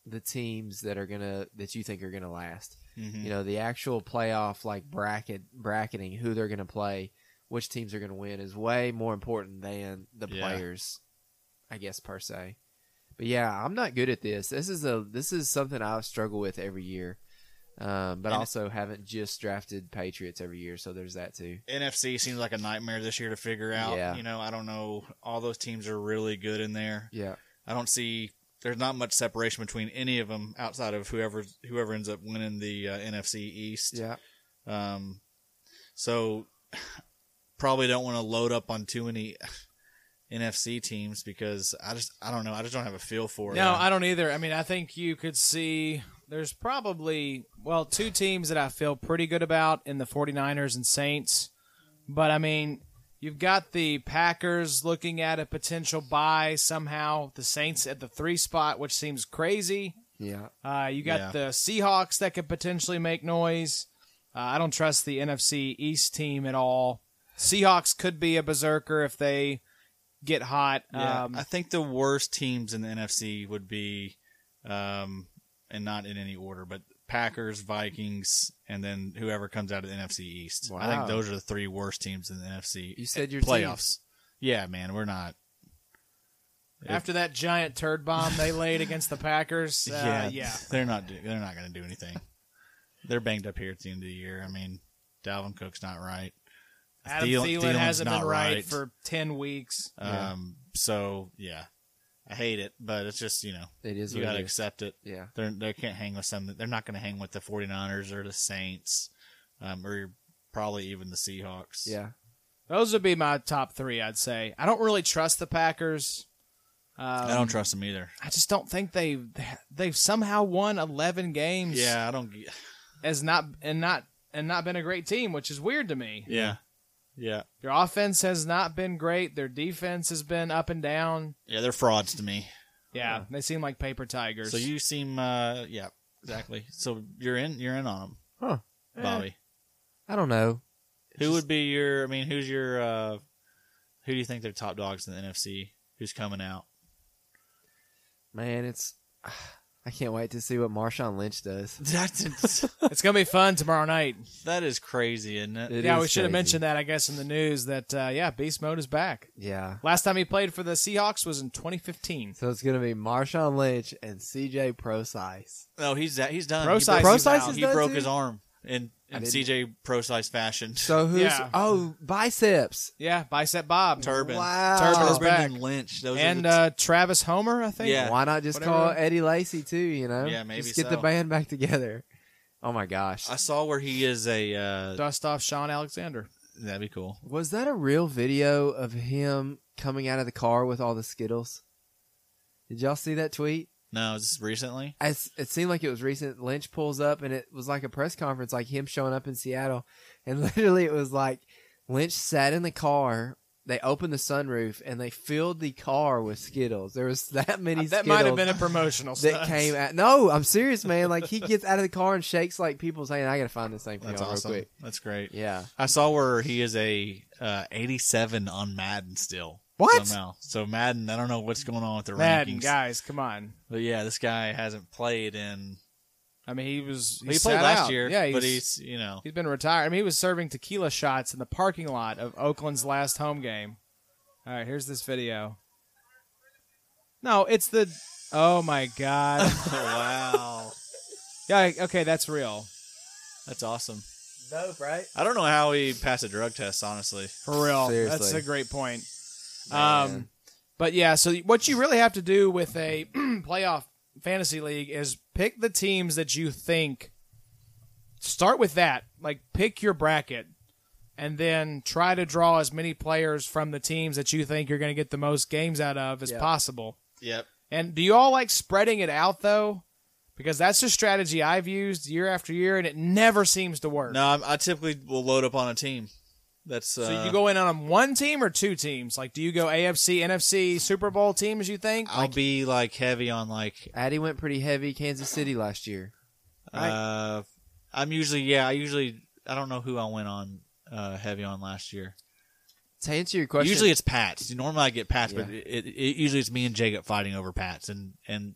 S4: the teams that are gonna that you think are gonna last.
S3: Mm-hmm.
S4: You know, the actual playoff like bracket bracketing who they're gonna play, which teams are gonna win is way more important than the
S3: Yeah.
S4: players, I guess per se. But yeah, I'm not good at this. This is a this is something I struggle with every year. Um, but
S3: And-
S4: also haven't just drafted Patriots every year, so there's that too.
S3: NFC seems like a nightmare this year to figure out.
S4: Yeah.
S3: You know, I don't know. All those teams are really good in there.
S4: Yeah.
S3: I don't see there's not much separation between any of them outside of whoever whoever ends up winning the uh, NFC East.
S4: Yeah.
S3: Um, so probably don't want to load up on too many NFC teams because I just I don't know I just don't have a feel for it.
S2: No, I don't either. I mean, I think you could see there's probably, well, two teams that I feel pretty good about in the 49ers and Saints. But I mean, you've got the Packers looking at a potential buy somehow, the Saints at the three spot, which seems crazy.
S4: Yeah.
S2: Uh, you got
S3: Yeah.
S2: the Seahawks that could potentially make noise. Uh, I don't trust the NFC East team at all. Seahawks could be a berserker if they get hot.
S3: Yeah,
S2: um,
S3: I think the worst teams in the NFC would be, um, and not in any order, but Packers, Vikings, and then whoever comes out of the NFC East. I
S4: Wow.
S3: think those are the three worst teams in the NFC.
S4: You said your
S3: playoffs. Yeah, man, we're not.
S2: After that giant turd bomb they laid against the Packers, uh, yeah,
S3: they're not. Do, they're not going to do anything. they're banged up here at the end of the year. I mean, Dalvin Cook's not right.
S2: Adam
S3: Thiel-
S2: Thielen
S3: Thielen's
S2: hasn't been
S3: not
S2: right,
S3: right.
S2: for ten weeks.
S4: Yeah.
S3: Um, so yeah, I hate it, but it's just you know
S4: It is
S3: you
S4: what
S3: got to
S4: it is.
S3: accept it.
S4: Yeah.
S3: They're, they can't hang with some. They're not going to hang with the 49ers or the Saints um, or probably even the Seahawks.
S4: Yeah.
S2: Those would be my top three, I'd say. I don't really trust the Packers. Um,
S3: I don't trust them either.
S2: I just don't think they they've somehow won eleven
S4: Um,
S2: games.
S3: Yeah, I don't. g-
S2: as not and not and not been a great team, which is weird to me.
S3: Yeah. Yeah.
S2: Their offense has not been great. Their defense has been up and down.
S3: Yeah, they're frauds to me.
S2: Yeah, they seem like paper tigers.
S3: So you seem, uh, yeah, exactly. So you're in, you're in on them,
S4: Huh. Eh,
S3: Bobby.
S4: I don't know.
S3: Who would be your? I mean, who's your? uh Who do you think their top dogs in the NFC? Who's coming out?
S4: Man, it's. I can't wait to see what Marshawn Lynch does.
S3: That's
S2: it's gonna be fun tomorrow night.
S3: that is crazy, isn't it?
S4: It
S2: yeah,
S4: is
S2: we should have
S4: crazy.
S2: mentioned that, I guess, in the news that uh, yeah, Beast Mode is back.
S4: Yeah.
S2: Last time he played for the Seahawks was in 2015.
S4: So it's gonna be Marshawn Lynch and CJ Procyse.
S3: No, he's he's done.
S2: Procyse
S3: he
S2: is
S3: broke,
S4: out.
S3: he
S4: done
S3: broke
S4: too?
S3: his arm in, in
S4: didn't-
S3: CJ Pro size fashion.
S4: So who's?
S2: Yeah.
S4: Oh, biceps.
S2: Yeah, Bicep Bob,
S3: Turban,
S4: Wow.
S2: Turban is back.
S3: and Lynch. Those
S2: and
S3: are the
S2: uh, Travis Homer, I think.
S3: Yeah.
S4: Why not just call
S2: Whatever.
S4: Eddie Lacy too? You know,
S3: Yeah, maybe
S4: just get
S3: so.
S4: the band back together. Oh my gosh,
S3: t- I saw where he is a. Uh,
S2: dust off Sean Alexander.
S3: that'd be cool.
S4: was that a real video of him coming out of the car with all the Skittles? Did y'all see that tweet?
S3: No, is this recently?
S4: As it seemed like it was recent. Lynch pulls up, and it was like a press conference, like him showing up in Seattle, and literally it was like Lynch sat in the car. They opened the sunroof and they filled the car with Skittles. There was that many.
S2: that
S4: Skittles.
S2: might have been a promotional
S4: that
S2: stunt.
S4: came out. No, I'm serious, man. Like he gets out of the car and shakes like people's hand. I gotta find this thing for
S3: That's
S4: y'all
S3: awesome.
S4: real quick.
S3: That's great.
S4: Yeah,
S3: I saw where he is a uh, 87 on Madden still.
S4: What?
S3: Somehow. So Madden, I don't know what's going on with the
S2: Madden
S3: rankings.
S2: guys, come on.
S3: But yeah, this guy hasn't played in.
S2: I mean, he was
S3: He, played
S2: sat
S3: last
S2: out.
S3: year.
S2: Yeah,
S3: but he's you know
S2: he's been retired. I mean, he was serving tequila shots in the parking lot of Oakland's last home game. All right, here's this video. No, it's the. Oh my god.
S3: wow,
S2: yeah. Okay, that's real.
S3: that's awesome.
S4: dope, right?
S3: I don't know how he passed a drug test. Honestly,
S2: For real.
S4: Seriously.
S2: That's a great point. Um, but yeah, so what you really have to do with a playoff fantasy league is pick the teams that you think. Start with that. Like, pick your bracket and then try to draw as many players from the teams that you think you're going to get the most games out of as
S4: Yeah.
S2: possible.
S3: yep.
S2: And do you all like spreading it out, though? Because that's a strategy I've used year after year, and it never seems to work.
S3: No, I'm, I typically will load up on a team. That's uh,
S2: So you go in on one team or two teams? Like, do you go AFC, NFC, Super Bowl team as you think?
S3: I'll be like heavy on like
S4: Addy went pretty heavy Kansas City last year.
S3: uh, I'm usually yeah I usually I don't know who I went on uh, heavy on last year.
S4: To answer your question,
S3: Usually it's Pats. Normally I get Pats, but
S4: Yeah.
S3: it, it, it- usually it's me and Jacob fighting over Pats and and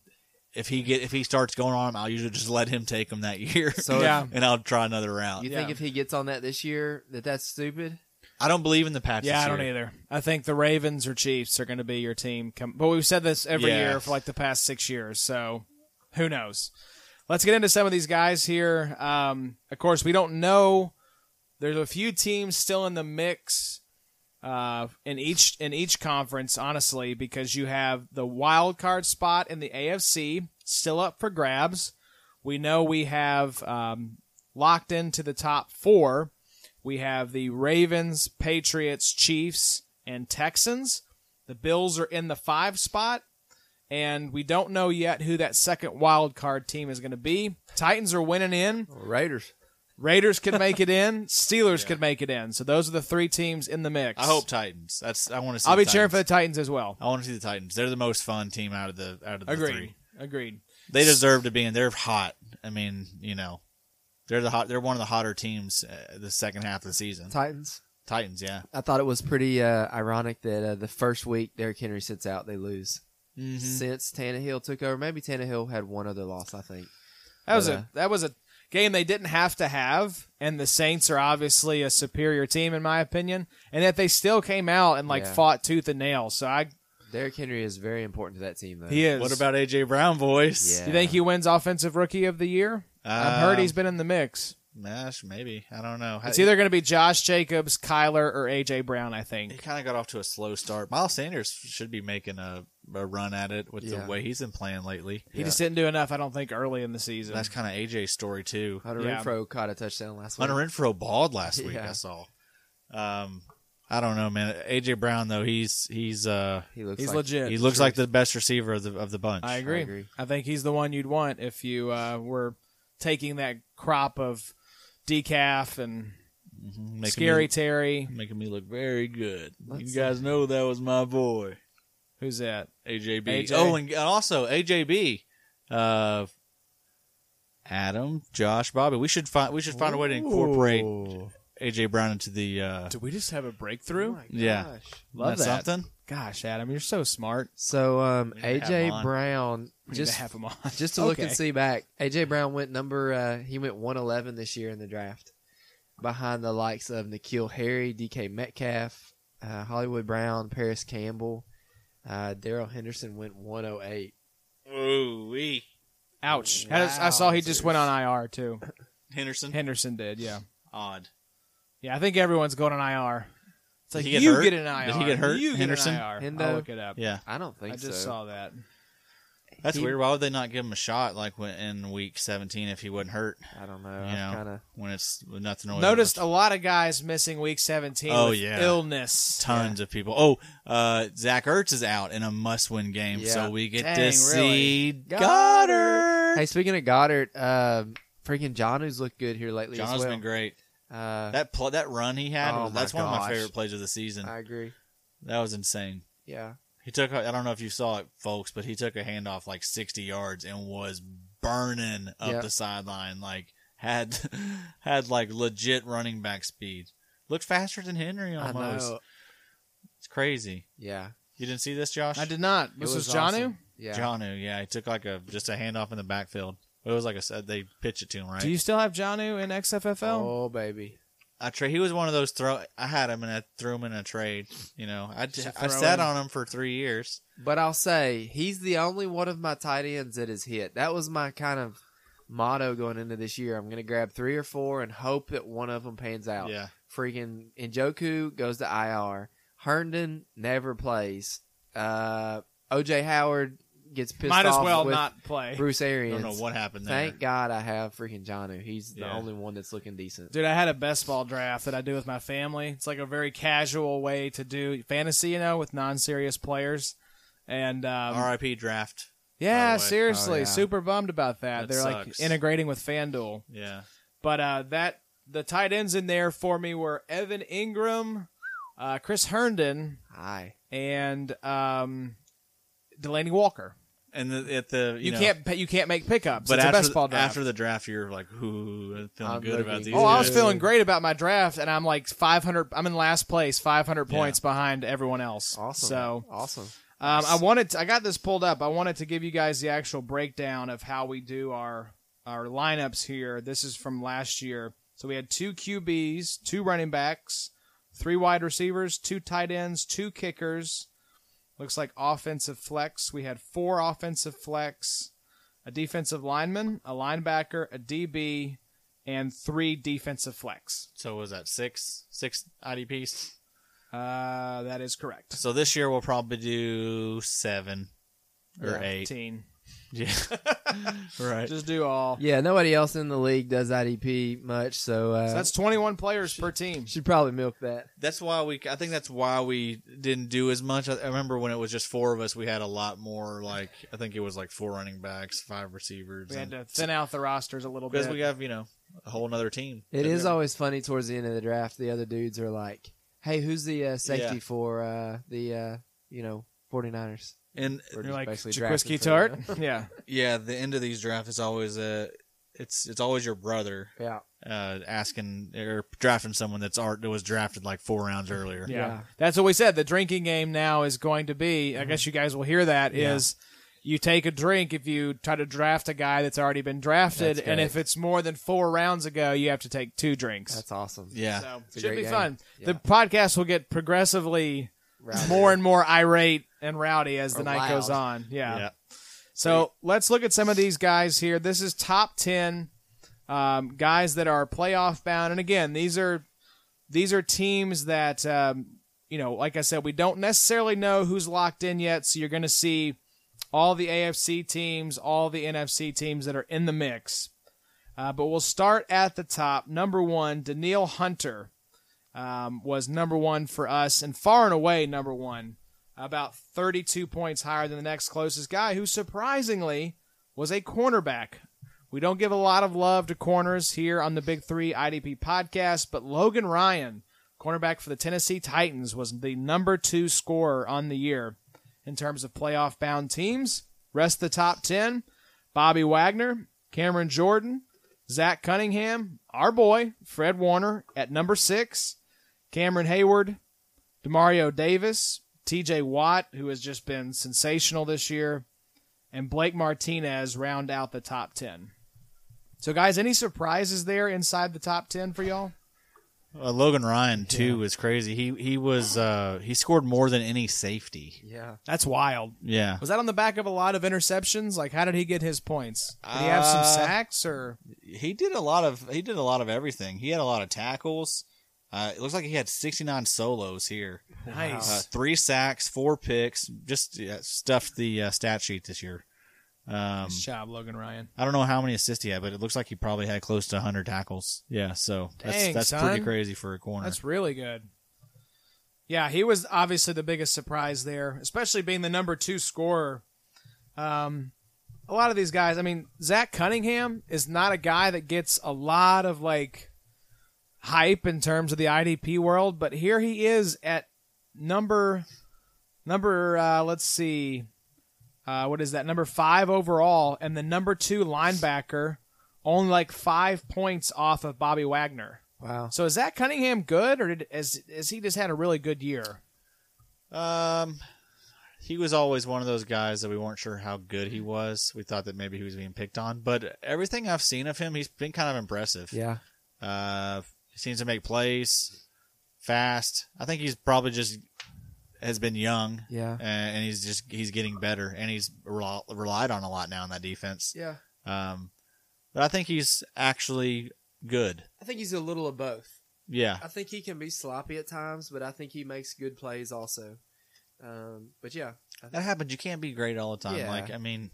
S3: if he get if he starts going on him, I'll usually just let him take him that year.
S4: So
S2: Yeah.
S3: and I'll try another round.
S4: you think
S2: Yeah.
S4: if he gets on that this year, that that's stupid?
S3: I don't believe in the Pats.
S2: yeah,
S3: this
S2: I don't
S3: year.
S2: either. I think the Ravens or Chiefs are going to be your team. Come, but we've said this every
S3: Yeah.
S2: year for like the past six years. So who knows? Let's get into some of these guys here. Um, of course, we don't know. There's a few teams still in the mix. uh, in each in each conference, honestly, because you have the wild card spot in the AFC still up for grabs. We know we have um, locked into the top four. We have the Ravens, Patriots, Chiefs, and Texans. The Bills are in the five spot, and we don't know yet who that second wild card team is going to be. Titans are winning in.
S7: Raiders.
S2: Raiders could make it in. Steelers could make it in. So those are the three teams in the mix.
S3: I hope Titans. That's I want to see.
S2: I'll
S3: the
S2: be cheering for the
S3: Titans.
S2: Titans as well.
S3: I want to see the Titans. They're the most fun team out of the out of the
S2: Agreed.
S3: three.
S2: Agreed.
S3: They deserve to be in. They're hot. I mean, you know, they're the hot. They're one of the hotter teams uh, the second half of the season.
S4: Titans.
S3: Titans, yeah.
S4: I thought it was pretty uh, ironic that uh, the first week Derrick Henry sits out, they lose.
S2: Mm-hmm.
S4: Since Tannehill took over, maybe Tannehill had one other loss. I think.
S2: That was
S4: Yeah.
S2: a that was a game they didn't have to have, and the Saints are obviously a superior team in my opinion, and that they still came out and like
S4: Yeah.
S2: fought tooth and nail. So I
S4: Derrick Henry is very important to that team, though.
S2: he is.
S3: What about AJ Brown, boys?
S4: Yeah.
S2: Do you think he wins Offensive Rookie of the Year? I've heard
S3: Um, uh,
S2: he's been in the mix.
S3: Mash, maybe. I don't know.
S2: It's either going to be Josh Jacobs, Kyler, or AJ Brown. I think.
S3: he kind of got off to a slow start. Miles Sanders should be making a, a run at it with
S4: Yeah.
S3: the way he's been playing lately.
S2: He just didn't do enough, I don't think, early in the season.
S3: That's kind of AJ's story too.
S4: Hunter
S2: Yeah.
S4: Renfro caught a touchdown last week.
S3: Hunter Renfro balled last week.
S4: Yeah.
S3: I saw. Um, I don't know, man. AJ Brown though, he's he's uh
S4: he looks
S2: He's
S4: like,
S2: legit.
S3: he looks like the best receiver of the of the bunch.
S2: I agree. I
S4: agree.
S2: think he's the one you'd want if you uh, were taking that crop of decaf and
S3: Mm-hmm. Making
S2: scary
S3: me-
S2: Terry.
S3: making me look very good.
S4: Let's-
S3: you guys know that was my boy,
S2: Who's that?
S3: AJB.
S2: AJ.
S3: Oh, and also AJB. Uh, Adam, Josh, Bobby. We should find we should find a way to incorporate AJ Brown into the. Uh,
S2: Did we just have a
S4: Oh
S2: breakthrough?
S3: yeah,
S2: Love
S3: Isn't
S2: that.
S3: something.
S2: Gosh, Adam, you're so smart.
S4: So um,
S3: We need to have him
S4: AJ
S3: on.
S4: Brown
S2: We need
S4: just
S2: to have him on.
S4: just to look
S2: Okay.
S4: and see back. AJ Brown went number uh, he went one eleven this year in the draft, behind the likes of Nikhil Harry, DK Metcalf, uh, Hollywood Brown, Paris Campbell, uh, Daryl Henderson went one oh eight.
S3: Ooh wee,
S2: Ouch. How does- I saw he just went on IR too.
S3: Henderson.
S2: Henderson did, yeah.
S3: Odd.
S2: Yeah, I think everyone's going on IR. It's
S3: Did
S2: like
S3: he get
S2: you
S3: hurt?
S2: get an IR.
S3: Did he get hurt,
S2: You get
S3: Henderson?
S2: an IR.
S4: Hendo?
S2: I'll look it up.
S3: Yeah,
S4: I don't
S2: I,
S4: think
S2: just
S4: so.
S2: saw that.
S3: that's
S4: He-
S3: weird. Why would they not give him a shot like when, in week seventeen if he wasn't hurt?
S4: I don't know.
S3: You know,
S4: I'm kind of
S3: when it's with nothing. really
S2: Noticed
S3: much-
S2: a lot of guys missing week 17
S3: Oh,
S2: with
S3: yeah.
S2: illness.
S3: tons of people. Oh, uh, Zach Ertz is out in a must-win game,
S4: Yeah.
S3: so we get
S2: Dang,
S3: to
S2: really?
S3: see
S4: Goddard.
S3: Goddard.
S4: Hey, speaking of Goddard, um, freaking John's looked good here lately
S3: John's
S4: as well.
S3: been great.
S4: Uh,
S3: That pl- that run he had,
S4: Oh,
S3: that's
S4: my
S3: one of
S4: gosh.
S3: my favorite plays of the season.
S4: I agree.
S3: that was insane.
S4: Yeah.
S3: He took. I don't know if you saw it, folks, but he took a handoff like 60 yards and was burning up
S4: Yep.
S3: the sideline. Like had had like legit running back speed. Looked faster than Henry
S4: I
S3: almost.
S4: know.
S3: It's crazy.
S4: Yeah.
S3: You didn't see this, Josh?
S2: I did not. This
S4: It
S2: was, Janu?
S4: awesome. Yeah.
S3: Janu, yeah, he took like a just a handoff in the backfield. It was like I said, they pitched it to him, right?
S2: Do you still have Janu in XFFL?
S4: Oh baby.
S3: I tra- he was one of those throw. I had him and I threw him in a trade. You know, I,
S2: Just a
S3: I
S2: throw
S3: sat
S2: in.
S3: on him for three years.
S4: But I'll say he's the only one of my tight ends that is hit. That was my kind of motto going into this year. I'm going to grab three or four and hope that one of them pans out.
S3: Yeah,
S4: Freaking Njoku goes to IR. Herndon never plays. Uh, OJ Howard gets pissed
S2: Might as
S4: off
S2: well
S4: with
S2: not play.
S4: Bruce
S3: I
S4: Arians.
S3: don't know what happened there.
S4: Thank God I have freaking Jonu. He's the
S3: Yeah.
S4: only one that's looking decent.
S2: Dude, I had a best ball draft that I do with my family. It's like a very casual way to do fantasy, you know, with non serious players. And um,
S3: R.I.P. draft.
S2: yeah,
S3: way.
S2: seriously,
S4: Oh, yeah.
S2: super bummed about that.
S3: That
S2: They're like
S3: sucks.
S2: integrating with FanDuel.
S3: Yeah,
S2: But uh, that the tight ends in there for me were Evan Ingram, uh, Chris Herndon,
S4: Hi.
S2: and um, Delaney Walker.
S3: and the, at the
S2: You,
S3: you, know,
S2: can't you can't make pickups.
S3: But
S2: it's
S3: after
S2: a best ball
S3: the,
S2: draft.
S3: after the draft, you're like, ooh, I'm feeling
S4: I'm
S3: good about
S4: looking
S3: these.
S2: Oh, I was
S3: guys.
S2: feeling great about my draft, and I'm like 500. I'm in last place, 500 points behind everyone else.
S4: Awesome.
S2: So
S4: awesome.
S2: um, I wanted, to, I got this pulled up. I wanted to give you guys the actual breakdown of how we do our our lineups here. This is from last year. So we had two QBs, two running backs, three wide receivers, two tight ends, two kickers. Looks like offensive flex. We had four offensive flex, a defensive lineman, a linebacker, a DB, and three defensive flex.
S3: So was that six six IDPs?
S2: Uh, that is correct.
S3: So this year we'll probably do seven or
S2: Yeah,
S3: eight.
S2: Teen.
S3: Yeah. right.
S2: Just do all.
S4: Yeah, nobody else in the league does IDP much, so, uh,
S2: So that's 21 players per team.
S4: should probably milk that.
S3: That's why we. I think that's why we didn't do as much. I, I remember when it was just four of us, we had a lot more. Like I think it was like four running backs, five receivers.
S2: We had
S3: and-
S2: to thin out the rosters a little
S3: because
S2: bit.
S3: we have you know a whole another team.
S4: It is always funny towards the end of the draft. The other dudes are like, "Hey, who's the uh, safety
S3: Yeah.
S4: for uh, the uh, you know 49ers?"
S3: And
S4: We're
S2: You're
S4: just
S2: like
S4: basically drafting
S2: Jaquiski
S4: for
S2: Tart.
S4: them.
S2: yeah.
S3: yeah, the end of these drafts is always uh It's it's always your brother
S4: Yeah,
S3: uh, asking or drafting someone that's art that was drafted like four rounds earlier.
S2: yeah,
S4: Yeah.
S2: That's what we said. The drinking game now is going to be.
S4: Mm-hmm.
S2: I guess you guys will hear that. Is you take a drink if you try to draft a guy that's already been drafted,
S4: That's
S2: and
S4: great.
S2: if it's more than four rounds ago, you have to take two drinks.
S4: that's awesome.
S3: Yeah.
S2: so
S4: a
S2: should
S4: great
S2: be
S4: game.
S2: fun. The
S4: Yeah.
S2: podcast will get progressively
S4: Rowdy.
S2: more and more irate and rowdy as the
S4: Or
S2: night goes
S4: loud.
S2: on. Yeah.
S3: Yeah.
S2: So let's look at some of these guys here. This is top ten um, guys that are playoff bound, and again, these are these are teams that um, you know, like I said, we don't necessarily know who's locked in yet. So you're going to see all the AFC teams, all the NFC teams that are in the mix. Uh, but we'll start at the top. Number one, Daniil Hunter um, was number one for us, and far and away number one, about 32 points higher than the next closest guy, who surprisingly was a cornerback. We don't give a lot of love to corners here on the Big Three IDP podcast, but Logan Ryan, cornerback for the Tennessee Titans, was the number two scorer on the year in terms of playoff bound teams. Rest of the top 10 Bobby Wagner, Cameron Jordan, Zach Cunningham, our boy, Fred Warner at number six, Cameron Hayward, Demario Davis, TJ Watt, who has just been sensational this year, and Blake Martinez round out the top 10. So, guys, any surprises there inside the top 10 for y'all?
S3: Uh, Logan Ryan too is crazy. He he was uh, he scored more than any safety.
S4: Yeah,
S2: That's wild.
S3: Yeah.
S2: Was that on the back of a lot of interceptions? Like, how did he get his points? Did he have some
S3: Uh,
S2: sacks or?
S3: he did a lot of he did a lot of everything. He had a lot of tackles. Uh, it looks like he had 69 solos here.
S2: Nice.
S3: Uh, three sacks, four picks, just yeah, stuffed the uh, stat sheet this year. Um,
S2: Nice job, Logan Ryan.
S3: I don't know how many assists he had, but it looks like he probably had close to 100 tackles. Yeah, so that's
S2: Dang,
S3: that's
S2: son.
S3: pretty crazy for a corner.
S2: That's really good. Yeah, he was obviously the biggest surprise there, especially being the number two scorer. Um, a lot of these guys, I mean, Zach Cunningham is not a guy that gets a lot of like hype in terms of the IDP world, but here he is at number number. Uh, let's see, uh, what is that? Number five overall, and the number two linebacker, only like five points off of Bobby Wagner.
S4: wow.
S2: So is that Cunningham good, or did, is, is he just had a really good year?
S3: Um, he was always one of those guys that we weren't sure how good
S4: Mm-hmm.
S3: he was. We thought that maybe he was being picked on, but everything I've seen of him, he's been kind of impressive.
S4: Yeah,
S3: Uh, he seems to make plays fast. I think he's probably just has been young.
S4: Yeah.
S3: Uh, and he's just he's getting better, and he's rel- relied on a lot now in that defense.
S4: yeah.
S3: Um, but I think he's actually good.
S4: I think he's a little of both.
S3: Yeah.
S4: I think he can be sloppy at times, but I think he makes good plays also. Um, but yeah,
S3: That happens. You can't be great all the time.
S4: Yeah.
S3: Like I mean,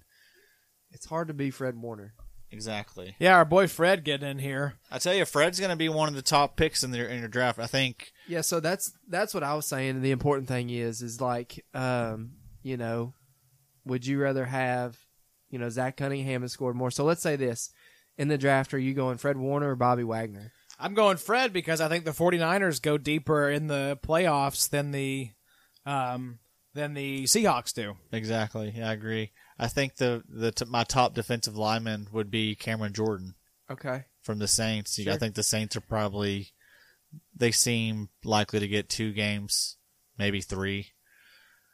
S4: it's hard to be Fred Warner.
S3: exactly.
S2: Yeah, our boy Fred getting in here.
S3: I tell you, Fred's going to be one of the top picks in their in your draft. I think.
S4: Yeah, so that's that's what I was saying. The important thing is is like, um, you know, would you rather have, you know, Zach Cunningham has scored more? So let's say this in the draft, are you going Fred Warner or Bobby Wagner?
S2: I'm going Fred because I think the 49ers go deeper in the playoffs than the um, than the Seahawks do.
S3: Exactly. Yeah, I agree. I think the the t- my top defensive lineman would be Cameron Jordan
S4: Okay,
S3: from the Saints. You- I
S4: Sure.
S3: think the Saints are probably they seem likely to get two games, maybe three.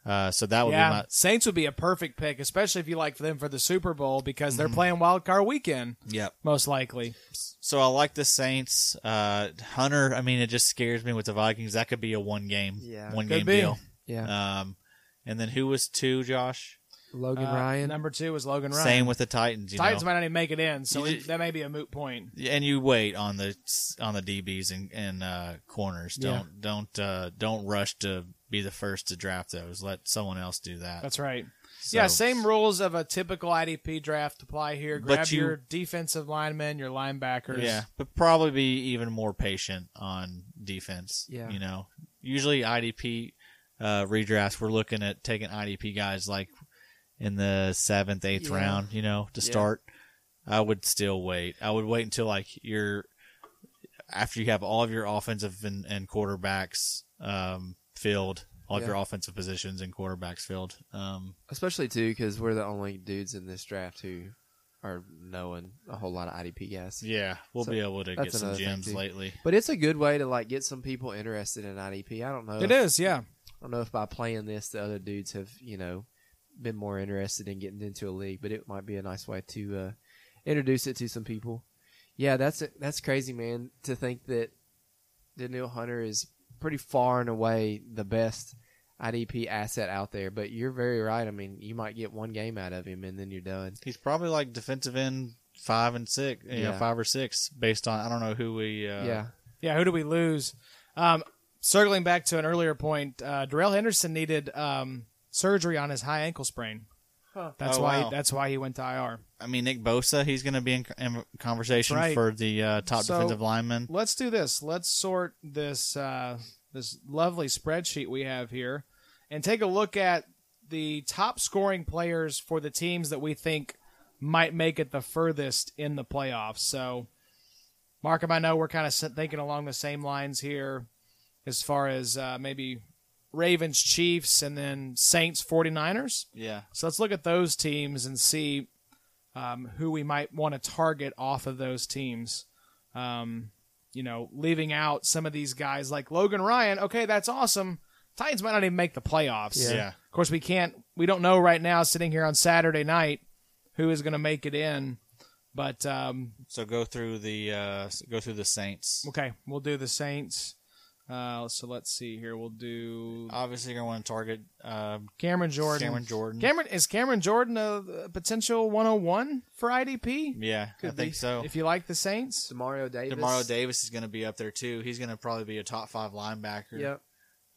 S3: Uh, so that would
S2: yeah,
S3: be my
S2: Saints would be a perfect pick, especially if you like them for the Super Bowl because
S3: Mm-hmm.
S2: they're playing Wild Card Weekend
S3: yeah.
S2: most likely.
S3: So I like the Saints. Uh, Hunter. I mean, it just scares me with the Vikings. That could be a one game,
S4: Yeah.
S3: one
S2: Could
S3: game
S4: Uh,
S2: be.
S3: deal.
S4: yeah,
S3: Um, and then who was two, Josh?
S4: Logan
S2: Uh,
S4: Ryan.
S2: Number two is Logan Ryan.
S3: Same with the Titans. You
S2: Titans
S3: know?
S2: might not even make it in, so
S3: You
S2: it-
S3: ju-
S2: that may be a moot point.
S3: and you wait on the on the DBs and, and uh, corners.
S2: Yeah.
S3: Don't don't uh, don't rush to be the first to draft those. Let someone else do that.
S2: That's right.
S3: So-
S2: Yeah, same rules of a typical IDP draft apply here.
S3: But
S2: Grab
S3: you-
S2: your defensive linemen, your linebackers.
S3: Yeah, but probably be even more patient on defense.
S4: Yeah.
S3: you know, usually IDP uh, redrafts we're looking at taking IDP guys like in the seventh, eighth
S4: Yeah.
S3: round. You know, to
S4: Yeah.
S3: start. I would still wait. I would wait until like you're after you have all of your offensive and, and quarterbacks um, filled, all of
S4: Yeah.
S3: your offensive positions and quarterbacks filled. Um,
S4: Especially too, because we're the only dudes in this draft who are knowing a whole lot of IDP guys.
S3: yeah, we'll
S4: So
S3: be able to
S4: that's
S3: get some
S4: another thing,
S3: gems
S4: too.
S3: lately.
S4: But it's a good way to like get some people interested in IDP. I don't know.
S2: It
S4: if-
S2: is, yeah.
S4: I don't know if by playing this, the other dudes have you know been more interested in getting into a league, but it might be a nice way to uh, introduce it to some people. Yeah, that's that's crazy, man. To think that Daniel Hunter is pretty far and away the best IDP asset out there, but you're very right. I mean, you might get one game out of him and then you're done.
S3: He's probably like defensive end five and six, you know,
S4: Yeah.
S3: five or six, based on I don't know who we. Uh,
S4: yeah,
S2: Yeah, who do we lose? Um, circling back to an earlier point, uh, Darrell Henderson needed um, surgery on his high ankle sprain. That's
S3: Oh,
S2: why.
S3: wow.
S2: That's why he went to IR.
S3: I mean Nick Bosa, he's going to be in, in conversation
S2: Right.
S3: for the uh, top
S2: So-
S3: defensive lineman.
S2: Let's do this. Let's sort this uh, this lovely spreadsheet we have here, and take a look at the top scoring players for the teams that we think might make it the furthest in the playoffs. So, Markham, I know we're kind of thinking along the same lines here, as far as uh, maybe Ravens, Chiefs, and then Saints, 49ers.
S3: Yeah,
S2: So let's look at those teams and see um, who we might want to target off of those teams. Um, you know, leaving out some of these guys like Logan Ryan. Okay, that's awesome. Titans might not even make the playoffs.
S3: Yeah. Yeah.
S2: Of course, we can't. We don't know right now. Sitting here on Saturday night, who is going to make it in? But um,
S3: so go through the uh, s- go through the Saints.
S2: okay, we'll do the Saints. Uh, so let's see here. We'll do
S3: Obviously, you're going to want to target. Uh,
S2: Cameron Jordan.
S3: Cameron Jordan.
S2: Cameron is Cameron Jordan a a potential 101 for IDP?
S3: yeah, I
S4: Could
S3: think
S4: be.
S3: so.
S2: If you like the Saints,
S4: Demario Davis.
S3: Demario Davis is going to be up there too. He's going to probably be a top five linebacker.
S4: Yep.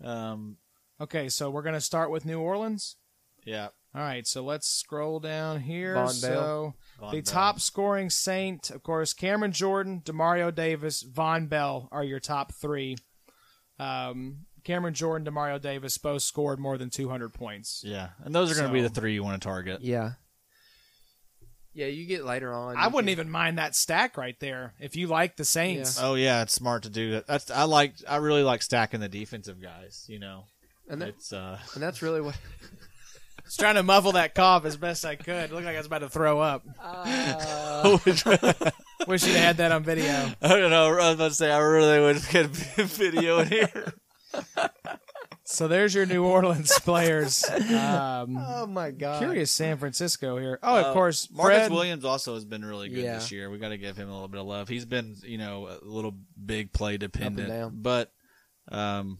S3: Um.
S2: okay. So we're gonna start with New Orleans.
S3: Yeah.
S2: All right, so let's scroll down here.
S4: Von
S2: so
S4: Bell.
S3: Von
S2: the
S3: Bell.
S2: top scoring Saint, of course, Cameron Jordan, Demario Davis, Von Bell are your top three. Um, Cameron Jordan, Demario Davis both scored more than 200 points.
S3: Yeah, and those are going to be
S2: So-
S3: the three you want to target.
S4: Yeah. Yeah, you get later on.
S2: I
S4: you
S2: wouldn't
S4: can-
S2: even mind that stack right there if you like the Saints.
S3: Oh yeah, it's smart to do that. That's I like. I really like stacking the defensive guys. You know,
S4: And, that,
S3: it's uh,
S4: and that's really what.
S2: I was trying to muffle that cough as best I could. Looked like I was about to throw up. Wish you'd had that on video.
S3: I don't know. I was about to say I really would get a video in here.
S2: So there's your New Orleans players. Um,
S4: Oh my god!
S2: curious San Francisco here. Oh, of course,
S3: Uh, Marcus
S2: Fred.
S3: Williams also has been really good
S4: Yeah.
S3: this year. We got to give him a little bit of love. He's been you know a little big play dependent,
S4: down.
S3: but um,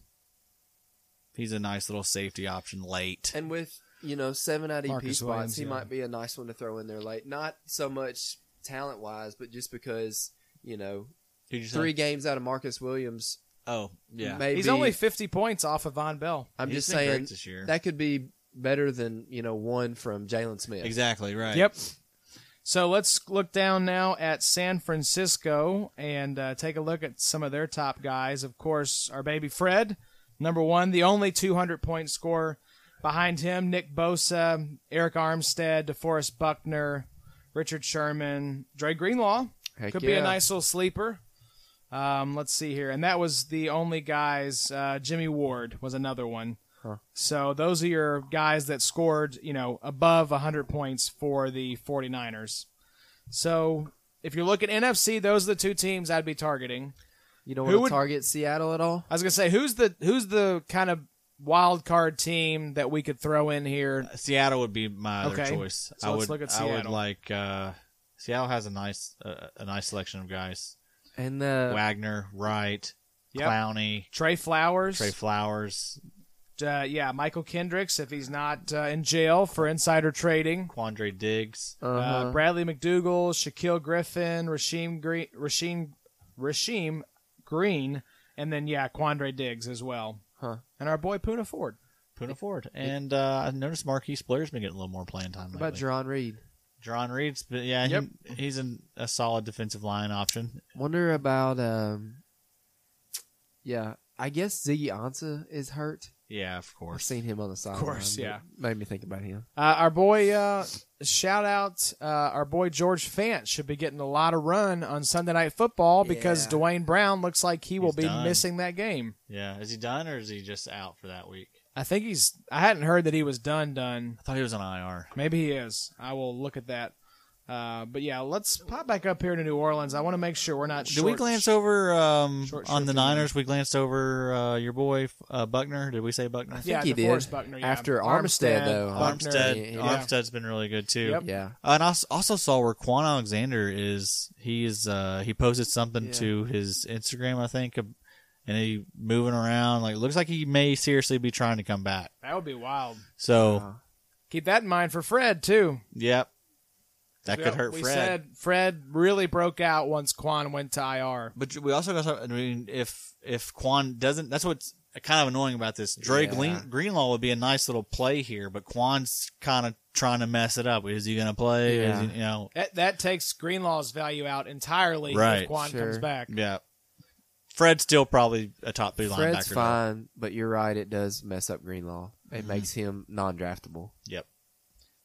S3: he's a nice little safety option late.
S4: And with you know seven IDP
S2: Marcus
S4: spots,
S2: Williams,
S4: he
S2: yeah.
S4: might be a nice one to throw in there late. Not so much talent wise, but just because you know
S3: Who'd you say?
S4: three games out of Marcus Williams.
S3: Oh yeah,
S4: maybe
S2: He's only 50 points off of Von Bell.
S4: I'm
S3: He's
S4: just
S3: been great
S4: saying
S3: this year.
S4: that could be better than you know one from Jalen Smith.
S3: exactly right.
S2: Yep. So let's look down now at San Francisco and uh, take a look at some of their top guys. Of course, our baby Fred, number one, the only 200 point scorer. Behind him, Nick Bosa, Eric Armstead, DeForest Buckner, Richard Sherman, Dre Greenlaw.
S4: Heck
S2: Could be a
S4: yeah.
S2: nice little sleeper. Um, let's see here. And that was the only guys. Uh, Jimmy Ward was another one. So those are your guys that scored, you know, above 100 points for the 49ers. So if you look at NFC, those are the two teams I'd be targeting.
S4: You don't
S2: Who
S4: want
S2: would-
S4: to target Seattle at all.
S2: I was going to say who's the who's the kind of wild card team that we could throw in here?
S3: Seattle would be my other
S2: Okay.
S3: choice.
S2: So
S3: I
S2: let's
S3: would,
S2: look at
S3: I would
S2: Seattle.
S3: like uh, Seattle has a nice uh, a nice selection of guys:
S4: And uh,
S3: Wagner, Wright,
S2: Yep.
S3: Clowney,
S2: Trey Flowers.
S3: Trey Flowers,
S2: uh, yeah, Michael Kendricks, if he's not uh, in jail for insider trading.
S3: Quandre Diggs.
S2: uh
S4: uh-huh,
S2: Bradley McDougal, Shaquille Griffin, Rasheem Green, Rasheem, Rasheem Green, and then, yeah, Quandre Diggs as well.
S7: Huh.
S2: And our boy Puna Ford.
S3: Puna Ford. And uh, I noticed Marquise Blair's been getting a little more playing time
S7: What about
S3: lately.
S7: Jerron Reed?
S3: Jerron Reed's, but yeah,
S2: Yep.
S3: he, he's an, a solid defensive line option.
S7: Wonder about um Yeah, I guess Ziggy Ansah is hurt.
S3: Yeah, of
S7: I've
S3: course.
S7: seen him on the sideline.
S2: course,
S7: but
S2: yeah.
S7: it Made me think about him.
S2: Uh, our boy, uh, shout out, uh, our boy George Fant should be getting a lot of run on Sunday Night Football because
S7: Yeah.
S2: Dwayne Brown looks like he will
S3: He's
S2: be
S3: done.
S2: missing that game.
S3: Yeah, is he done or is he just out for that week?
S2: I think he's. I hadn't heard that he was done. Done.
S3: I thought he was on IR.
S2: Maybe he is. I will look at that. Uh, but yeah, let's pop back up here to New Orleans. I want to make sure we're not.
S3: Did
S2: short-
S3: we glance over um,
S2: short
S3: on the
S2: shrift
S3: Niners? We glanced over uh, your boy uh, Buckner. Did we say Buckner?
S2: Yeah,
S7: he
S2: DeForest
S7: did.
S2: Buckner, yeah.
S7: After Armstead, though.
S2: Buckner.
S3: Armstead.
S7: Yeah.
S3: Armstead's been really good too.
S2: Yep.
S7: Yeah.
S3: Uh, And I s- also saw where Quan Alexander is. He is. Uh, he posted something
S7: Yeah.
S3: to his Instagram, I think, ab- and he moving around. Like looks like he may seriously be trying to come back.
S2: That would be wild.
S3: So,
S2: Uh-huh.
S7: Wow.
S2: Keep that in mind for Fred too.
S3: yep, that could
S2: Yep,
S3: hurt
S2: we
S3: Fred.
S2: Said Fred really broke out once Quan went to IR.
S3: But we also got. to- I mean, if if Quan doesn't, that's what's kind of annoying about this. Dre
S7: Yeah.
S3: Green, Greenlaw would be a nice little play here, but Quan's kind of trying to mess it up. Is he going to play? Is he,
S7: Yeah.
S3: you know,
S2: That, that takes Greenlaw's value out entirely
S3: Right.
S2: if Quan
S7: Sure.
S2: comes back.
S3: yeah. Fred's still probably a top three linebacker.
S7: Fred's
S3: though.
S7: fine, but you're right. It does mess up Greenlaw. It makes him non-draftable.
S3: Yep.